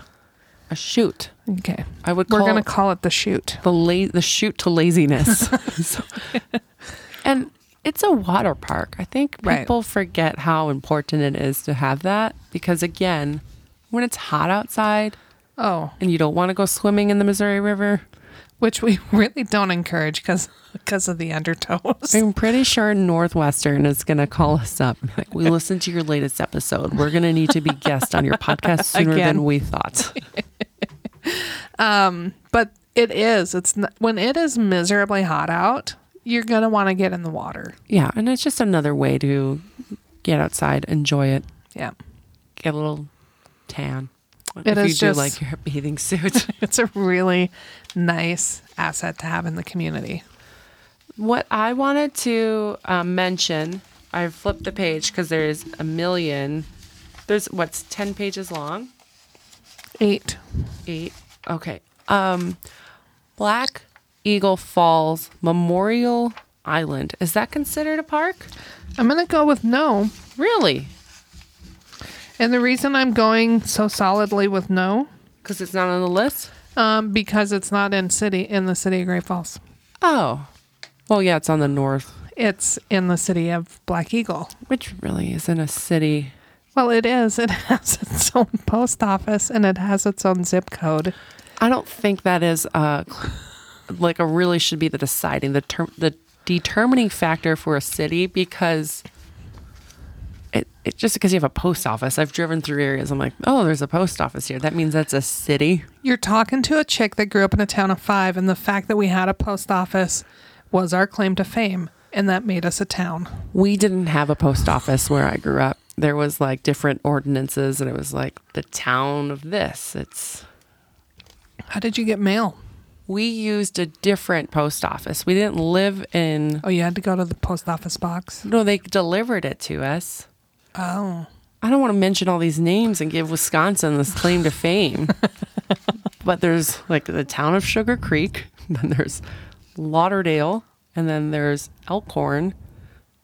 [SPEAKER 1] A shoot.
[SPEAKER 3] Okay.
[SPEAKER 1] I would
[SPEAKER 3] We're
[SPEAKER 1] call
[SPEAKER 3] going to call it the chute.
[SPEAKER 1] the la- the shoot to laziness. So- and it's a water park. I think
[SPEAKER 3] Right.
[SPEAKER 1] people forget how important it is to have that because again, when it's hot outside
[SPEAKER 3] Oh,
[SPEAKER 1] and you don't want to go swimming in the Missouri River,
[SPEAKER 3] which we really don't encourage because of the undertows.
[SPEAKER 1] I'm pretty sure Northwestern is going to call us up. Like, we listened to your latest episode. We're going to need to be guest on your podcast sooner
[SPEAKER 3] Again.
[SPEAKER 1] than we thought.
[SPEAKER 3] But It is. It's n when it is miserably hot out, you're going to want to get in the water.
[SPEAKER 1] Yeah, and it's just another way to get outside, enjoy it,
[SPEAKER 3] Yeah.
[SPEAKER 1] get a little tan. If
[SPEAKER 3] It
[SPEAKER 1] you
[SPEAKER 3] is
[SPEAKER 1] do
[SPEAKER 3] just-
[SPEAKER 1] like your bathing suit.
[SPEAKER 3] It's a really nice asset to have in the community.
[SPEAKER 1] What I wanted to um, mention, I flipped the page because there's a million. There's what's 10 pages long?
[SPEAKER 3] Eight.
[SPEAKER 1] Eight. Okay. Um, Black Eagle Falls Memorial Island. Is that considered a park?
[SPEAKER 3] I'm going to go with no.
[SPEAKER 1] Really?
[SPEAKER 3] And the reason I'm going so solidly with no,
[SPEAKER 1] Because it's not on the list?
[SPEAKER 3] um, because it's not in city in the city of Great Falls.
[SPEAKER 1] Oh. Well, yeah, it's on the north,
[SPEAKER 3] It's in the city of Black Eagle.
[SPEAKER 1] which really isn't a city.
[SPEAKER 3] Well, it is. It has its own post office and it has its own zip code.
[SPEAKER 1] I don't think that is uh, like a really should be the deciding the term the determining factor for a city because it, it just because you have a post office. I've driven through areas. I'm like, oh, there's a post office here. That means that's a city.
[SPEAKER 3] You're talking to a chick that grew up in a town of five, and the fact that we had a post office was our claim to fame, and that made us a town.
[SPEAKER 1] We didn't have a post office where I grew up. There was like different ordinances, and it was like the town of this. It's
[SPEAKER 3] How did you get mail?
[SPEAKER 1] we used a different post office. We didn't live in.
[SPEAKER 3] Oh, you had to go to the post office box.
[SPEAKER 1] No, they delivered it to us.
[SPEAKER 3] Oh,
[SPEAKER 1] I don't want to mention all these names and give Wisconsin this claim to fame. but there's like the town of Sugar Creek, then there's Lauderdale, and then there's Elkhorn.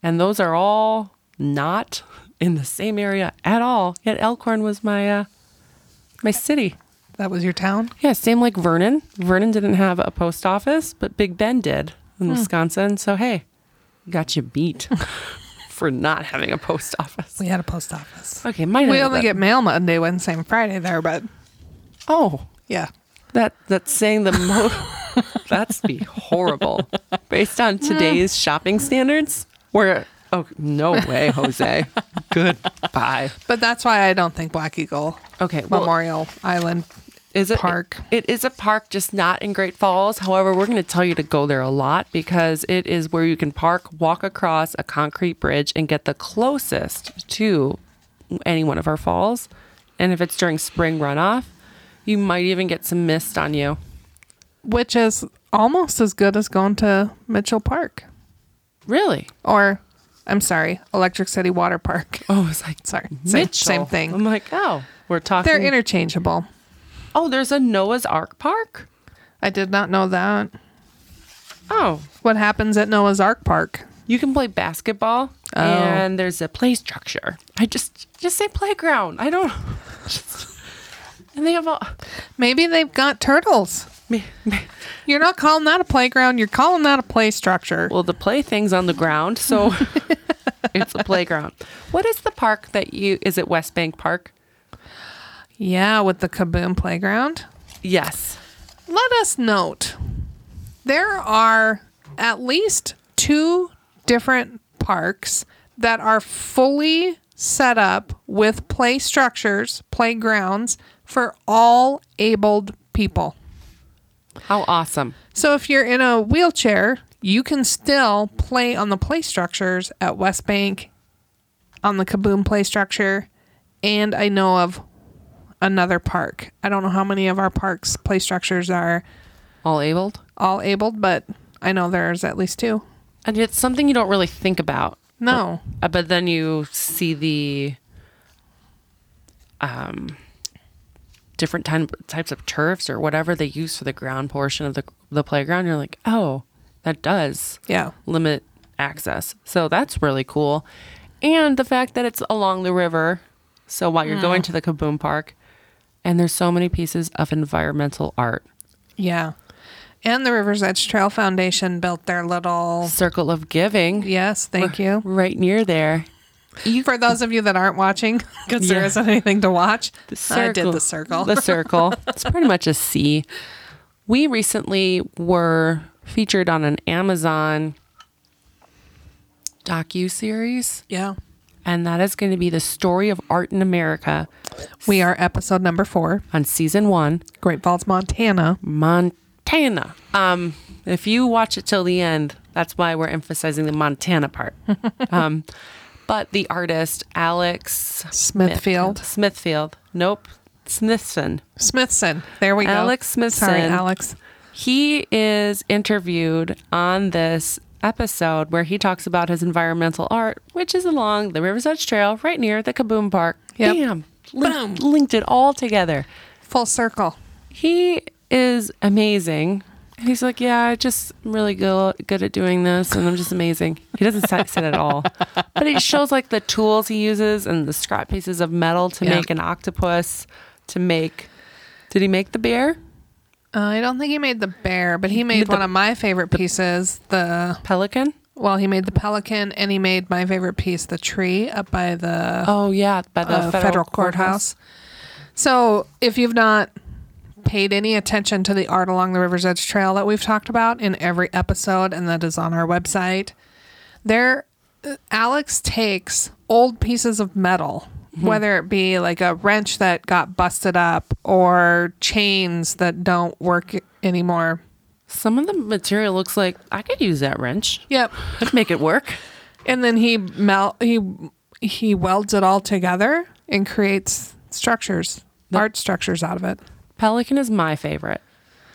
[SPEAKER 1] And those are all not in the same area at all. Yet Elkhorn was my uh, my city.
[SPEAKER 3] that was your town?
[SPEAKER 1] Yeah, same like Vernon. Vernon didn't have a post office, but Big Bend did in
[SPEAKER 3] Hmm.
[SPEAKER 1] Wisconsin. So hey, got you beat for not having a post office.
[SPEAKER 3] We had a post office.
[SPEAKER 1] Okay, mine
[SPEAKER 3] We
[SPEAKER 1] ended
[SPEAKER 3] only
[SPEAKER 1] up-
[SPEAKER 3] get mail Monday, Wednesday, and Friday there, but
[SPEAKER 1] Oh,
[SPEAKER 3] yeah.
[SPEAKER 1] that that's saying the most. that's be horrible based on today's shopping standards. Where oh no way, Jose. Goodbye.
[SPEAKER 3] But that's why I don't think Black Eagle
[SPEAKER 1] Okay, well,
[SPEAKER 3] Memorial Island.
[SPEAKER 1] is it
[SPEAKER 3] park.
[SPEAKER 1] It is a park, just not in Great Falls. However, we're going to tell you to go there a lot because it is where you can park, walk across a concrete bridge, and get the closest to any one of our falls. And if it's during spring runoff, you might even get some mist on you.
[SPEAKER 3] which is almost as good as going to Mitchell Park
[SPEAKER 1] Really?
[SPEAKER 3] or I'm sorry, Electric City Water Park.
[SPEAKER 1] Oh, it's like
[SPEAKER 3] Sorry, same, same
[SPEAKER 1] Mitchell.
[SPEAKER 3] thing.
[SPEAKER 1] I'm like, oh, we're talking.
[SPEAKER 3] They're interchangeable.
[SPEAKER 1] oh, there's a Noah's Ark park.
[SPEAKER 3] I did not know that.
[SPEAKER 1] Oh,
[SPEAKER 3] What happens at Noah's Ark Park?
[SPEAKER 1] you can play basketball, and there's a play structure. I just just say playground. I don't. just- and they have all.
[SPEAKER 3] Maybe they've got turtles.
[SPEAKER 1] me- me-
[SPEAKER 3] You're not calling that a playground. You're calling that a play structure.
[SPEAKER 1] Well, the play thing's on the ground, so it's a playground. What is the park that you? Is it West Bank Park?
[SPEAKER 3] yeah, with the Kaboom Playground.
[SPEAKER 1] Yes.
[SPEAKER 3] Let us note there are at least two different parks that are fully set up with play structures, playgrounds for all abled people.
[SPEAKER 1] How awesome!
[SPEAKER 3] So if you're in a wheelchair, you can still play on the play structures at West Bank, on the Kaboom play structure, and I know of another park. I don't know how many of our parks' play structures are
[SPEAKER 1] All abled,
[SPEAKER 3] all abled, but I know there's at least two.
[SPEAKER 1] and it's something you don't really think about.
[SPEAKER 3] No.
[SPEAKER 1] Uh, but then you see the um, different time, types of turfs or whatever they use for the ground portion of the, the playground. You're like, oh, that does
[SPEAKER 3] Yeah.
[SPEAKER 1] limit access. So that's really cool. And the fact that it's along the river. So while you're going to the Kaboom Park, and there's so many pieces of environmental art.
[SPEAKER 3] Yeah. And the Rivers Edge Trail Foundation built their little.
[SPEAKER 1] Circle of Giving.
[SPEAKER 3] Yes, thank you.
[SPEAKER 1] Right near there.
[SPEAKER 3] For those of you that aren't watching, because there
[SPEAKER 1] Yeah.
[SPEAKER 3] isn't anything to watch,
[SPEAKER 1] circle.
[SPEAKER 3] I did the circle.
[SPEAKER 1] The circle. it's pretty much a C. We recently were featured on an Amazon docu series,
[SPEAKER 3] yeah.
[SPEAKER 1] and that is going to be the story of art in America
[SPEAKER 3] We are episode number four,
[SPEAKER 1] on season one,
[SPEAKER 3] Great Falls, Montana.
[SPEAKER 1] Montana. Montana. Um, if you watch it till the end, that's why we're emphasizing the Montana part. um, but the artist Alex
[SPEAKER 3] Smithfield.
[SPEAKER 1] Smithfield. Nope. Smithson.
[SPEAKER 3] Smithson. There we go.
[SPEAKER 1] Alex
[SPEAKER 3] Sorry,
[SPEAKER 1] Smithson.
[SPEAKER 3] Alex.
[SPEAKER 1] He is interviewed on this episode where he talks about his environmental art, which is along the Riverside Trail right near the Kaboom Park.
[SPEAKER 3] Yep.
[SPEAKER 1] Bam. Link- linked it all together.
[SPEAKER 3] Full circle.
[SPEAKER 1] He is amazing. And He's like, yeah, I just am really go- good at doing this, and I'm just amazing. He doesn't say say it at all, but it shows like the tools he uses and the scrap pieces of metal to
[SPEAKER 3] Yeah.
[SPEAKER 1] make an octopus. To make, did he make the bear?
[SPEAKER 3] Uh, I don't think he made the bear, but he made
[SPEAKER 1] the-
[SPEAKER 3] one of my favorite pieces. The
[SPEAKER 1] Pelican?
[SPEAKER 3] well, he made the pelican, and he made my favorite piece, the tree up by the
[SPEAKER 1] Oh yeah, by the
[SPEAKER 3] uh, federal, courthouse. So if you've not paid any attention to the art along the River's Edge Trail that we've talked about in every episode, and that is on our website, there, uh, Alex takes old pieces of metal. Whether it be like a wrench that got busted up or chains that don't work anymore.
[SPEAKER 1] Some of the material looks like I could use that wrench.
[SPEAKER 3] Yep.
[SPEAKER 1] I'd make it work.
[SPEAKER 3] and then he mel he he welds it all together and creates structures art structures out of it
[SPEAKER 1] Pelican is my favorite.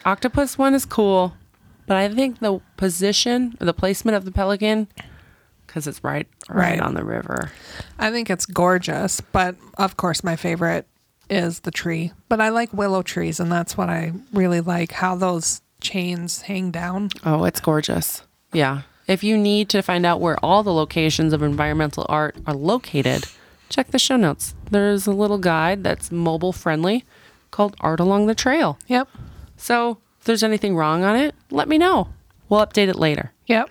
[SPEAKER 1] Octopus one is cool, but I think the position, the placement of the pelican, because it's right, right,
[SPEAKER 3] Right.
[SPEAKER 1] on the river.
[SPEAKER 3] i think it's gorgeous but of course my favorite is the tree but i like willow trees and that's what i really like how those chains hang down
[SPEAKER 1] Oh, it's gorgeous. Yeah. If you need to find out where all the locations of environmental art are located, check the show notes. There's a little guide that's mobile friendly called Art Along the Trail.
[SPEAKER 3] yep
[SPEAKER 1] So if there's anything wrong on it, let me know. We'll update it later.
[SPEAKER 3] yep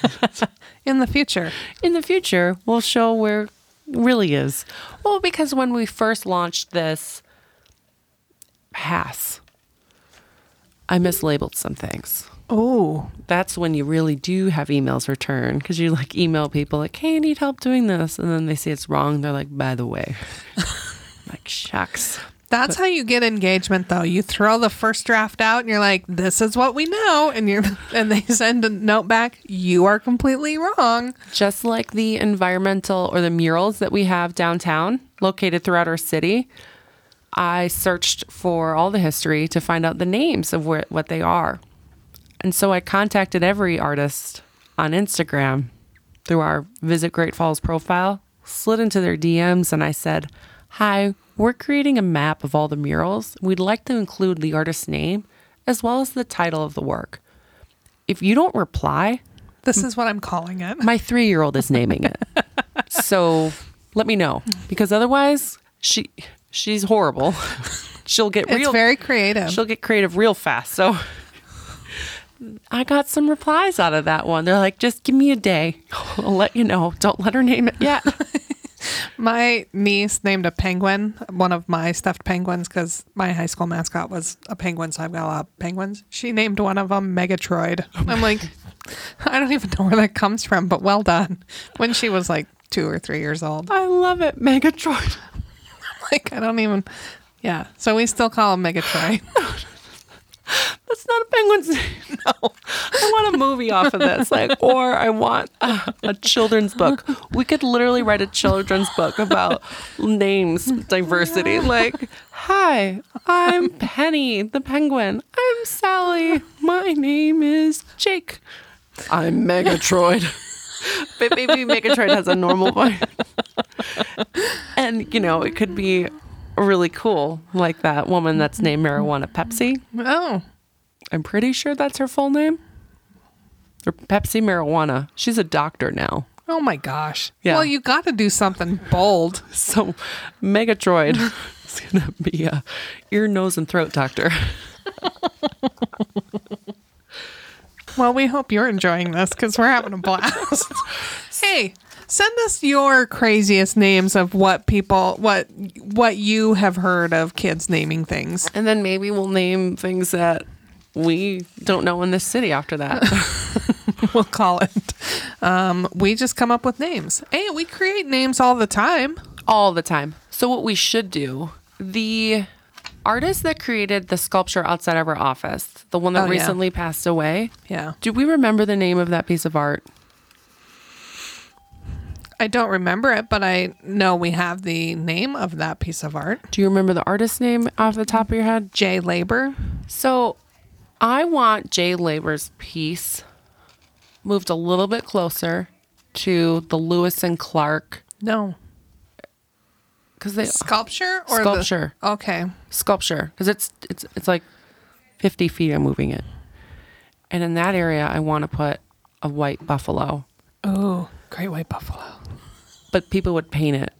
[SPEAKER 3] in the future
[SPEAKER 1] in the future we'll show where it really is well because when we first launched this pass i mislabeled some things
[SPEAKER 3] oh
[SPEAKER 1] that's when you really do have emails return because you like email people like hey i need help doing this and then they see it's wrong they're like by the way like shucks
[SPEAKER 3] that's how you get engagement though you throw the first draft out and you're like this is what we know and you're and they send a note back you are completely wrong
[SPEAKER 1] just like the environmental or the murals that we have downtown located throughout our city i searched for all the history to find out the names of where, what they are and so i contacted every artist on instagram through our visit great falls profile slid into their dms and i said hi we're creating a map of all the murals we'd like to include the artist's name as well as the title of the work if you don't reply
[SPEAKER 3] This is what I'm calling it.
[SPEAKER 1] my three year old is naming it. so let me know because otherwise she she's horrible. she'll get
[SPEAKER 3] It's
[SPEAKER 1] real
[SPEAKER 3] very creative.
[SPEAKER 1] she'll get creative real fast. So I got some replies out of that one. They're like, just give me a day. I'll let you know. Don't let her name it yet.
[SPEAKER 3] my niece named a penguin, one of my stuffed penguins, because my high school mascot was a penguin, so I've got a lot of penguins. She named one of them Megatroid. I'm like, I don't even know where that comes from, but well done. When she was like two or three years old,
[SPEAKER 1] I love it, Megatron.
[SPEAKER 3] like I don't even. Yeah, so we still call him Megatroid.
[SPEAKER 1] That's not a penguin's name. No. I want a movie off of this. Like, or I want a, a children's book. We could literally write a children's book about names diversity. Like, hi, I'm Penny the penguin. I'm Sally. My name is Jake. I'm Megatroid. but maybe Megatroid has a normal voice. and, you know, it could be really cool, like that woman that's named Marijuana Pepsi.
[SPEAKER 3] oh,
[SPEAKER 1] I'm pretty sure that's her full name. Or Pepsi Marijuana. She's a doctor now.
[SPEAKER 3] oh my gosh.
[SPEAKER 1] Yeah.
[SPEAKER 3] Well, you got to do something bold.
[SPEAKER 1] So Megatroid is going to be a ear, nose, and throat doctor.
[SPEAKER 3] Well, we hope you're enjoying this because we're having a blast. hey, send us your craziest names of what people what what you have heard of kids naming things.
[SPEAKER 1] And then maybe we'll name things that we don't know in this city after that.
[SPEAKER 3] We'll call it. Um, we just come up with names. Hey, we create names all the time.
[SPEAKER 1] All the time. So what we should do, the artist that created the sculpture outside of our office, the one that
[SPEAKER 3] Oh, yeah.
[SPEAKER 1] recently passed away.
[SPEAKER 3] Yeah.
[SPEAKER 1] Do we remember the name of that piece of art?
[SPEAKER 3] I don't remember it, but I know we have the name of that piece of art.
[SPEAKER 1] Do you remember the artist's name off the top of your head?
[SPEAKER 3] J. Labor.
[SPEAKER 1] So I want Jay Labor's piece moved a little bit closer to the Lewis and Clark
[SPEAKER 3] No.
[SPEAKER 1] because they
[SPEAKER 3] Sculpture or the-
[SPEAKER 1] Sculpture.
[SPEAKER 3] okay.
[SPEAKER 1] sculpture because it's it's it's like 50 feet. I'm moving it, and in that area, I want to put a white buffalo,
[SPEAKER 3] Oh, great white buffalo.
[SPEAKER 1] but people would paint it.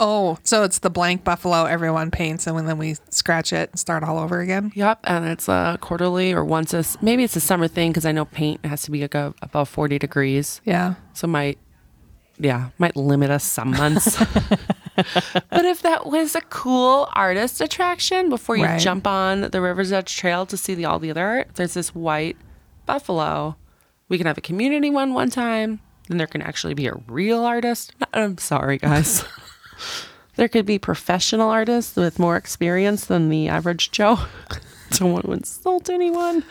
[SPEAKER 3] Oh, so it's the blank buffalo everyone paints, and then we scratch it and start all over again.
[SPEAKER 1] Yep, and it's a quarterly or once a s- maybe it's a summer thing because I know paint has to be like a, above 40 degrees.
[SPEAKER 3] Yeah.
[SPEAKER 1] So might, yeah, might limit us some months. but if that was a cool artist attraction before you
[SPEAKER 3] Right.
[SPEAKER 1] jump on the River's Edge Trail to see the, all the other art, there's this white buffalo. We can have a community one one time. Then there can actually be a real artist. I'm sorry, guys. there could be professional artists with more experience than the average Joe. Don't want to insult anyone.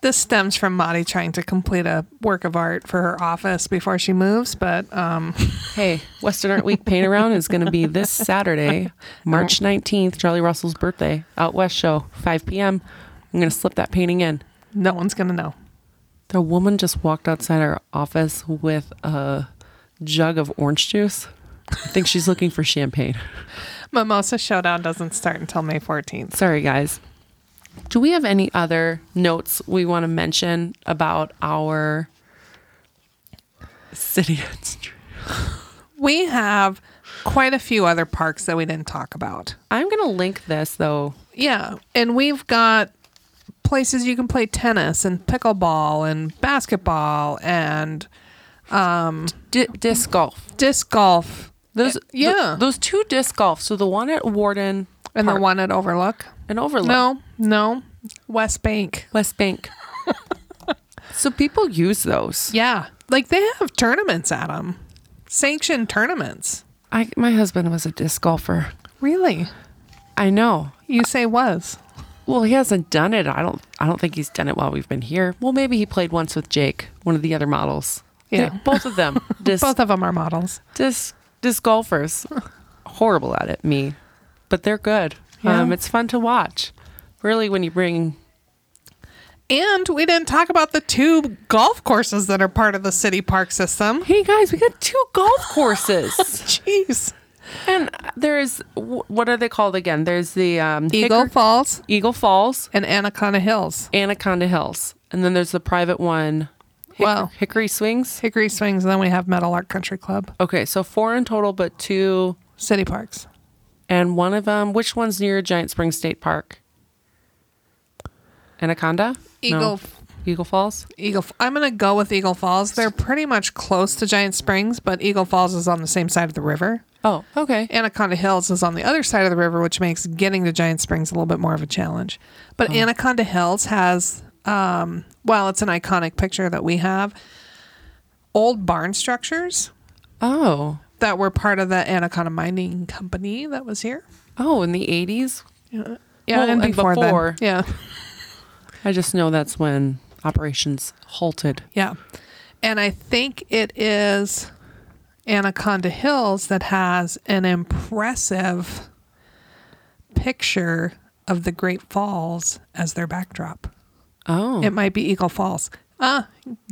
[SPEAKER 3] This stems from Maddie trying to complete a work of art for her office before she moves, but um,
[SPEAKER 1] Hey, Western Art Week paint around is going to be this Saturday, March 19th, Charlie Russell's birthday, out west show, 5 p.m. I'm going to slip that painting in.
[SPEAKER 3] no one's going to know.
[SPEAKER 1] The woman just walked outside our office with a jug of orange juice. I think she's looking for champagne.
[SPEAKER 3] Mimosa Showdown doesn't start until May 14th.
[SPEAKER 1] Sorry, guys. Do we have any other notes we want to mention about our city?
[SPEAKER 3] We have quite a few other parks that we didn't talk about.
[SPEAKER 1] I'm going to link this, though.
[SPEAKER 3] Yeah, and we've got places you can play tennis and pickleball and basketball and
[SPEAKER 1] D- disc golf.
[SPEAKER 3] disc golf
[SPEAKER 1] Those
[SPEAKER 3] Uh, yeah.
[SPEAKER 1] th- those two disc golf. So the one at Warden
[SPEAKER 3] and
[SPEAKER 1] Park
[SPEAKER 3] the one at Overlook.
[SPEAKER 1] and Overlook,
[SPEAKER 3] No, no, West Bank.
[SPEAKER 1] West Bank. so people use those.
[SPEAKER 3] Yeah, like they have tournaments at them, sanctioned tournaments.
[SPEAKER 1] I my husband was a disc golfer.
[SPEAKER 3] Really?
[SPEAKER 1] I know.
[SPEAKER 3] You say was?
[SPEAKER 1] Well, he hasn't done it. I don't. I don't think he's done it while we've been here. Well, maybe he played once with Jake, one of the other models.
[SPEAKER 3] Yeah.
[SPEAKER 1] They- both of them. Disc,
[SPEAKER 3] Both of them are models.
[SPEAKER 1] disc disc golfers. Horrible at it, me, but they're good.
[SPEAKER 3] Yeah.
[SPEAKER 1] Um, it's fun to watch. Really, when you bring
[SPEAKER 3] And we didn't talk about the two golf courses that are part of the city park system.
[SPEAKER 1] hey guys, we got two golf courses.
[SPEAKER 3] Jeez.
[SPEAKER 1] And there's wh- what are they called again? There's the um,
[SPEAKER 3] Eagle
[SPEAKER 1] Hicker-
[SPEAKER 3] Falls
[SPEAKER 1] Eagle Falls,
[SPEAKER 3] and Anaconda Hills.
[SPEAKER 1] Anaconda Hills, and then there's the private one. Hick-
[SPEAKER 3] Wow.
[SPEAKER 1] Hickory Swings.
[SPEAKER 3] Hickory Swings, and then we have Metal Art Country Club.
[SPEAKER 1] Okay, so four in total, but two,
[SPEAKER 3] City parks.
[SPEAKER 1] and one of them. Which one's near Giant Springs State Park? Anaconda. No.
[SPEAKER 3] Eagle-
[SPEAKER 1] Eagle Falls.
[SPEAKER 3] Eagle. I'm gonna go with Eagle Falls. They're pretty much close to Giant Springs, but Eagle Falls is on the same side of the river.
[SPEAKER 1] Oh, okay.
[SPEAKER 3] Anaconda Hills is on the other side of the river, which makes getting to Giant Springs a little bit more of a challenge. But Anaconda Hills has, um, well, it's an iconic picture that we have. Old barn structures
[SPEAKER 1] Oh,
[SPEAKER 3] that were part of the Anaconda Mining Company that was here.
[SPEAKER 1] oh, in the '80s.
[SPEAKER 3] Yeah, yeah
[SPEAKER 1] Well,
[SPEAKER 3] and
[SPEAKER 1] and
[SPEAKER 3] before, then.
[SPEAKER 1] before.
[SPEAKER 3] Yeah.
[SPEAKER 1] I just know that's when operations halted.
[SPEAKER 3] Yeah. And I think it is Anaconda Hills that has an impressive picture of the Great Falls as their backdrop.
[SPEAKER 1] Oh,
[SPEAKER 3] It might be Eagle Falls. Uh,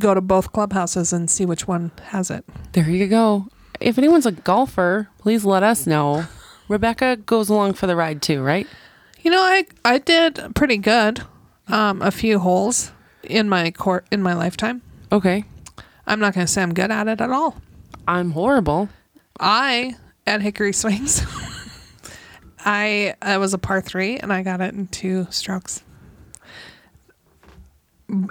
[SPEAKER 3] go to both clubhouses and see which one has it.
[SPEAKER 1] There you go. If anyone's a golfer, please let us know. Rebecca goes along for the ride too, right?
[SPEAKER 3] You know, I I did pretty good um, a few holes in my court in my lifetime.
[SPEAKER 1] Okay.
[SPEAKER 3] I'm not going to say I'm good at it at all.
[SPEAKER 1] I'm horrible.
[SPEAKER 3] I at Hickory Swings. I I was a par three and I got it in two strokes.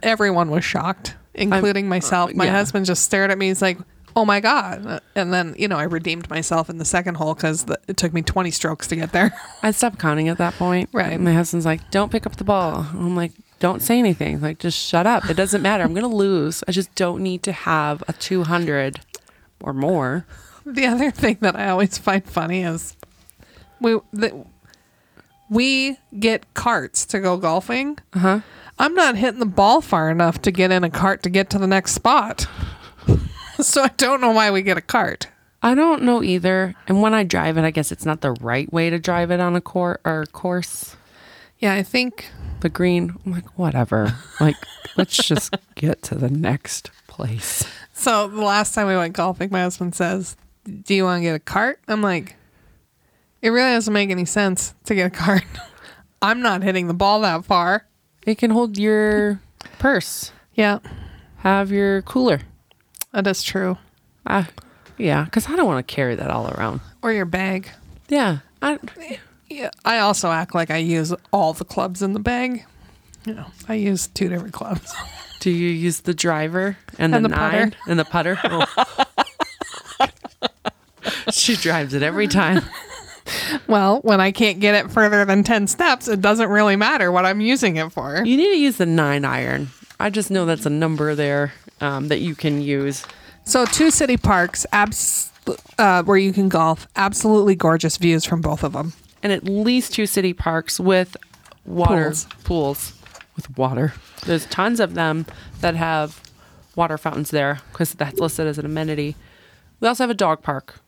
[SPEAKER 3] Everyone was shocked, including myself. My
[SPEAKER 1] yeah.
[SPEAKER 3] husband just stared at me. He's like, "Oh my god!" And then you know I redeemed myself in the second hole because it took me twenty strokes to get there.
[SPEAKER 1] I stopped counting at that point.
[SPEAKER 3] Right.
[SPEAKER 1] My husband's like, "Don't pick up the ball." I'm like, "Don't say anything. Like, just shut up. It doesn't matter. I'm gonna lose. I just don't need to have a 200 or more."
[SPEAKER 3] The other thing that I always find funny is we the, we get carts to go golfing. Uh-huh. I'm not hitting the ball far enough to get in a cart to get to the next spot. so I don't know why we get a cart.
[SPEAKER 1] I don't know either. And when I drive it, I guess it's not the right way to drive it on a cor- or course.
[SPEAKER 3] Yeah, I think
[SPEAKER 1] The green, I'm like, whatever. Like, let's just get to the next place.
[SPEAKER 3] so. The last time we went golfing, my husband says, Do you want to get a cart? I'm like, It really doesn't make any sense to get a cart. I'm not hitting the ball that far.
[SPEAKER 1] It can hold your purse,
[SPEAKER 3] Yeah,
[SPEAKER 1] have your cooler.
[SPEAKER 3] that is true.
[SPEAKER 1] Uh, yeah, because I don't want to carry that all around.
[SPEAKER 3] Or your bag.
[SPEAKER 1] Yeah. I,
[SPEAKER 3] Yeah, I also act like I use all the clubs in the bag. You know, I use two different clubs.
[SPEAKER 1] do you use the driver and,
[SPEAKER 3] And
[SPEAKER 1] the,
[SPEAKER 3] the putter.
[SPEAKER 1] nine and the putter? Oh. she drives it every time.
[SPEAKER 3] well, when I can't get it further than 10 steps, it doesn't really matter what I'm using it for.
[SPEAKER 1] You need to use the nine iron. I just know that's a number there um, that you can use.
[SPEAKER 3] So, two city parks abs- uh, where you can golf. Absolutely gorgeous views from both of them.
[SPEAKER 1] and at least two city parks with water
[SPEAKER 3] Pools.
[SPEAKER 1] pools. with water. There's tons of them that have water fountains there because that's listed as an amenity. We also have a dog park.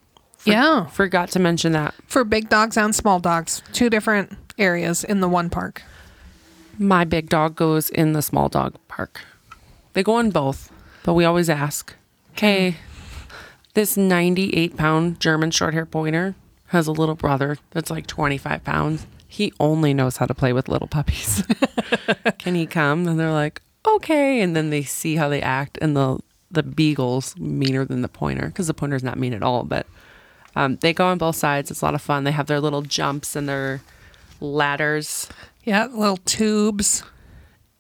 [SPEAKER 3] yeah.
[SPEAKER 1] Forgot to mention that.
[SPEAKER 3] For big dogs and small dogs, two different areas in the one park.
[SPEAKER 1] My big dog goes in the small dog park. They go in both, but we always ask, "Hey, this 98 pound German short hair pointer has a little brother that's like 25 pounds. He only knows how to play with little puppies. Can he come?" And they're like, "Okay." And then they see how they act, and the the beagle's meaner than the pointer because the pointer's not mean at all. But um, they go on both sides. It's a lot of fun. They have their little jumps and their ladders.
[SPEAKER 3] Yeah, little tubes.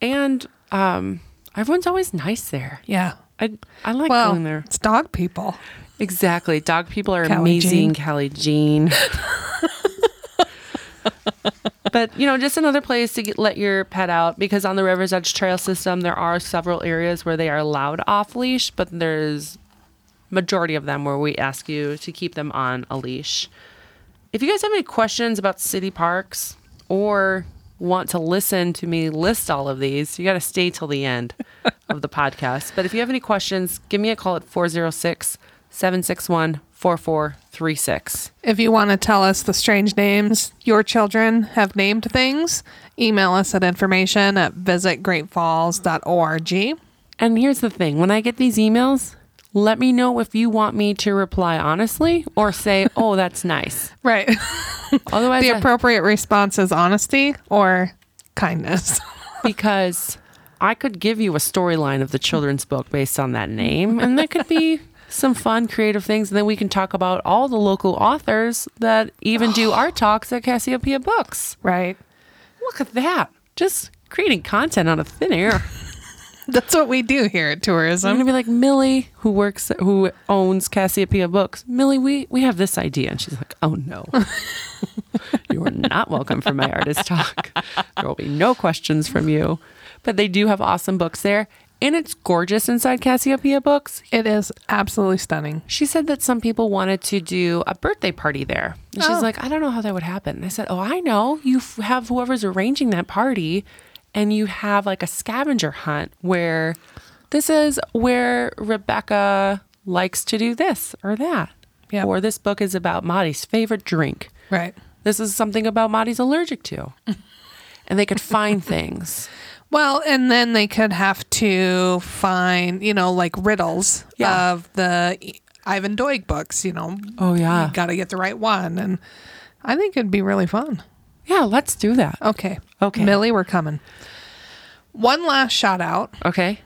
[SPEAKER 1] And um, everyone's always nice there.
[SPEAKER 3] Yeah.
[SPEAKER 1] I I like
[SPEAKER 3] Well,
[SPEAKER 1] going there.
[SPEAKER 3] it's dog people.
[SPEAKER 1] Exactly. Dog people are
[SPEAKER 3] Callie Jean.
[SPEAKER 1] amazing, Callie Jean. but, you know, just another place to get, let your pet out because on the River's Edge Trail System, there are several areas where they are allowed off leash, but there's majority of them where we ask you to keep them on a leash. If you guys have any questions about city parks or want to listen to me list all of these, you got to stay till the end of the podcast. But if you have any questions, give me a call at 406 761 4436.
[SPEAKER 3] If you want to tell us the strange names your children have named things, email us at information at visitgreatfalls.org.
[SPEAKER 1] And here's the thing when I get these emails, let me know if you want me to reply honestly or say, oh, that's nice.
[SPEAKER 3] Right.
[SPEAKER 1] Otherwise,
[SPEAKER 3] the
[SPEAKER 1] I-
[SPEAKER 3] appropriate response is honesty or kindness.
[SPEAKER 1] because I could give you a storyline of the children's book based on that name, and that could be some fun, creative things. And then we can talk about all the local authors that even do our talks at Cassiopeia Books.
[SPEAKER 3] Right.
[SPEAKER 1] Look at that. Just creating content out of thin air.
[SPEAKER 3] That's what we do here at
[SPEAKER 1] I'm
[SPEAKER 3] tourism.
[SPEAKER 1] gonna be like Millie, who works, who owns Cassiopeia Books. Millie, we we have this idea, and she's like, "Oh no, you are not welcome for my artist talk. There will be no questions from you." But they do have awesome books there, and it's gorgeous inside Cassiopeia Books.
[SPEAKER 3] It is absolutely stunning.
[SPEAKER 1] She said that some people wanted to do a birthday party there. And she's
[SPEAKER 3] Oh.
[SPEAKER 1] like, I don't know how that would happen. And I said, Oh, I know. You f- have whoever's arranging that party and you have like a scavenger hunt where this is where Rebecca likes to do this or that.
[SPEAKER 3] Yep.
[SPEAKER 1] Or this book is about Maddie's favorite drink.
[SPEAKER 3] Right.
[SPEAKER 1] This is something about Maddie's allergic to. and they could find things.
[SPEAKER 3] Well, and then they could have to find, you know, like riddles
[SPEAKER 1] Yeah.
[SPEAKER 3] of the E, Ivan Doig books, you know.
[SPEAKER 1] Oh, yeah.
[SPEAKER 3] You got to get the right one. And I think it'd be really fun.
[SPEAKER 1] Yeah, let's do that.
[SPEAKER 3] Okay.
[SPEAKER 1] Okay.
[SPEAKER 3] Millie, we're coming. One last shout out.
[SPEAKER 1] Okay.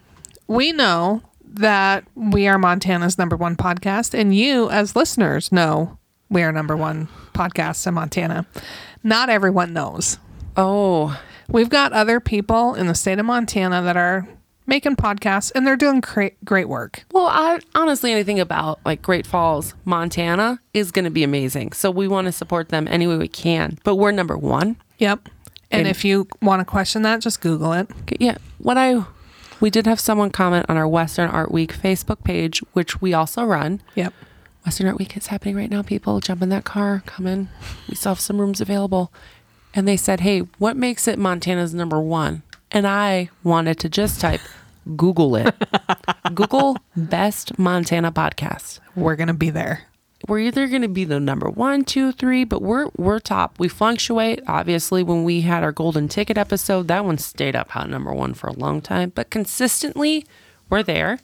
[SPEAKER 3] We know that we are Montana's number one podcast, and you, as listeners, know we are number one podcast in Montana. Not everyone knows.
[SPEAKER 1] Oh,
[SPEAKER 3] We've got other people in the state of Montana that are making podcasts, and they're doing cra- great work.
[SPEAKER 1] Well, I honestly anything about like Great Falls, Montana is going to be amazing. So we want to support them any way we can. But we're number 1.
[SPEAKER 3] Yep. And
[SPEAKER 1] And-
[SPEAKER 3] if you want to question that, just Google it.
[SPEAKER 1] Okay, Yeah, what I we did have someone comment on our Western Art Week Facebook page, which we also run.
[SPEAKER 3] Yep.
[SPEAKER 1] Western Art Week is happening right now. People jump in that car, come in. We still have some rooms available. and they said, Hey, what makes it Montana's number one? And I wanted to just type Google it. Google best Montana podcast.
[SPEAKER 3] We're going to be there.
[SPEAKER 1] We're either going to be the number one, two, three, but we're we're top. We fluctuate. Obviously, when we had our golden ticket episode, that one stayed up hot number one for a long time. But consistently, we're there.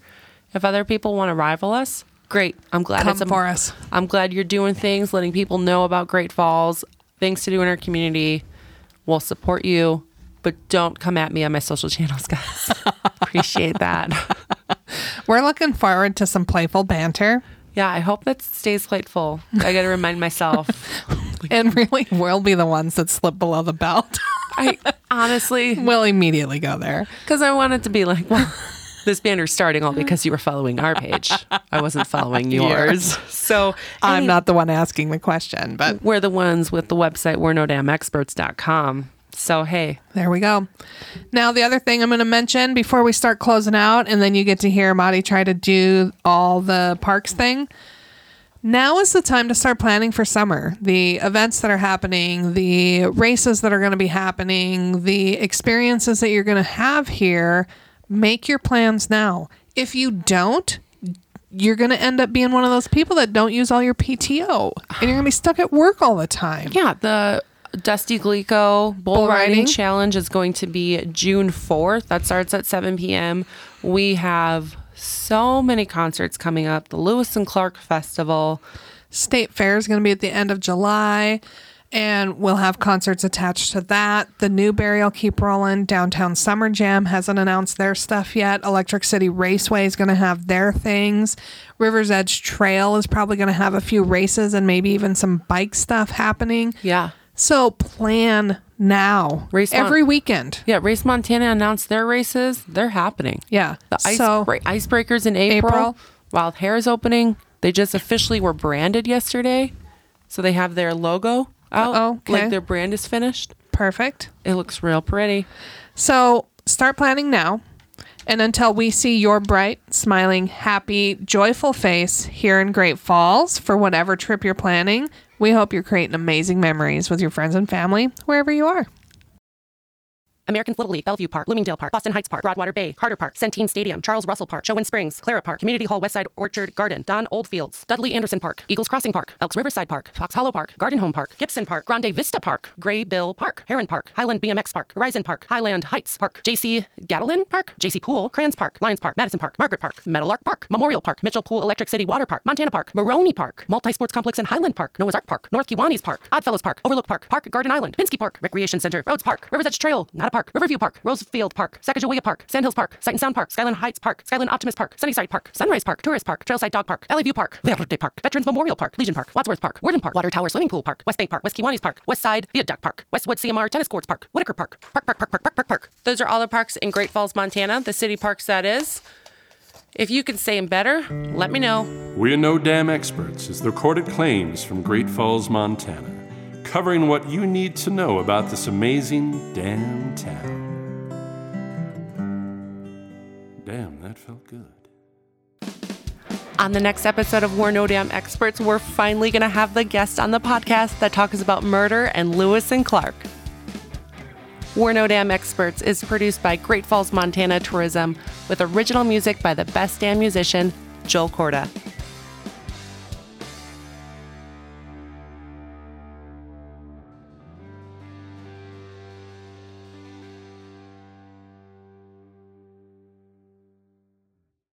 [SPEAKER 1] If other people want to rival us, great. I'm glad
[SPEAKER 3] Come
[SPEAKER 1] it's a,
[SPEAKER 3] for us.
[SPEAKER 1] I'm glad you're doing things, letting people know about Great Falls, things to do in our community. We'll support you, but don't come at me on my social channels, guys. Appreciate that.
[SPEAKER 3] We're looking forward to some playful banter
[SPEAKER 1] Yeah, I hope that stays playful. I got to remind myself.
[SPEAKER 3] and really we'll be the ones that slip below the belt.
[SPEAKER 1] I honestly,
[SPEAKER 3] we'll immediately go there.
[SPEAKER 1] because I wanted to be like, well, this banner's starting all because you were following our page. I wasn't following yours. So
[SPEAKER 3] I'm
[SPEAKER 1] hey,
[SPEAKER 3] not the one asking the question, but
[SPEAKER 1] We're the ones with the website, we're no damn experts.com. So, hey,
[SPEAKER 3] There we go. Now, the other thing I'm going to mention before we start closing out, and then you get to hear Marty try to do all the parks thing. Now is the time to start planning for summer. The events that are happening, the races that are going to be happening, the experiences that you're going to have here, make your plans now. If you don't, you're going to end up being one of those people that don't use all your PTO and you're going to be stuck at work all the time.
[SPEAKER 1] Yeah, the Dusty Glico Bull,
[SPEAKER 3] Bull
[SPEAKER 1] riding.
[SPEAKER 3] riding.
[SPEAKER 1] Challenge is going to be June 4th. That starts at 7 p.m. We have so many concerts coming up the Lewis and Clark Festival.
[SPEAKER 3] State Fair is going to be at the end of July, and we'll have concerts attached to that. The Newberry will keep rolling. Downtown Summer Jam hasn't announced their stuff yet. Electric City Raceway is going to have their things. River's Edge Trail is probably going to have a few races and maybe even some bike stuff happening.
[SPEAKER 1] Yeah.
[SPEAKER 3] So plan now.
[SPEAKER 1] Race month.
[SPEAKER 3] every weekend.
[SPEAKER 1] Yeah, Race Montana announced their races. They're happening.
[SPEAKER 3] Yeah.
[SPEAKER 1] The ice
[SPEAKER 3] so
[SPEAKER 1] bra- icebreakers in April,
[SPEAKER 3] April.
[SPEAKER 1] Wild Hair is opening. They just officially were branded yesterday. So they have their logo out.
[SPEAKER 3] Uh-oh, okay.
[SPEAKER 1] Like their brand is finished.
[SPEAKER 3] perfect.
[SPEAKER 1] It looks real pretty.
[SPEAKER 3] So start planning now. And until we see your bright, smiling, happy, joyful face here in Great Falls for whatever trip you're planning, we hope you're creating amazing memories with your friends and family wherever you are.
[SPEAKER 4] Americans Little League, Bellevue Park, Bloomingdale Park, Boston Heights Park, Broadwater Bay, Carter Park, Centene Stadium, Charles Russell Park, Showin Springs, Clara Park, Community Hall, Westside Orchard Garden, Don Old Fields, Dudley Anderson Park, Eagles Crossing Park, Elks Riverside Park, Fox Hollow Park, Garden Home Park, Gibson Park, Grande Vista Park, Gray Bill Park, Heron Park, Highland BMX Park, Horizon Park, Highland Heights Park, JC Gatlin Park, JC Pool, Crans Park, Lions Park, Madison Park, Margaret Park, Metal Ark Park, Memorial Park, Mitchell Pool Electric City Water Park, Montana Park, Maroney Park, Multi Sports Complex in Highland Park, Noah's Ark Park, North Kiwanis Park, Oddfellows Park, Overlook Park, Park Garden Island, Pinsky Park, Recreation Center, Rhodes Park, Rivers Edge Trail, not a park, Riverview Park, Rosefield Park, Sacagawea Park, Sand Hills Park, Sight and Sound Park, Skyland Heights Park, Skyland Optimist Park, Sunnyside Park, Sunrise Park, Tourist Park, Trailside Dog Park, Valley View Park, Verde Park, Veterans Memorial Park, Legion Park, Wadsworth Park, Warden Park, Water Tower Swimming Pool Park, West Bank Park, West Kiwanis Park, West Side Viaduct Park, Westwood CMR Tennis Courts Park, Whitaker Park, Park Park Park Park Park Park Park.
[SPEAKER 1] Those are all the parks in Great Falls, Montana, the city parks that is. If you can say them better, let me know.
[SPEAKER 2] We're No Damn Experts is the recorded claims from Great Falls, Montana, covering what you need to know about this amazing damn town. Damn, that felt good.
[SPEAKER 1] On the next episode of We're No Damn Experts, we're finally going to have the guest on the podcast that talks about murder and Lewis and Clark. We're No Damn Experts is produced by Great Falls, Montana Tourism with original music by the best damn musician, Joel Corda.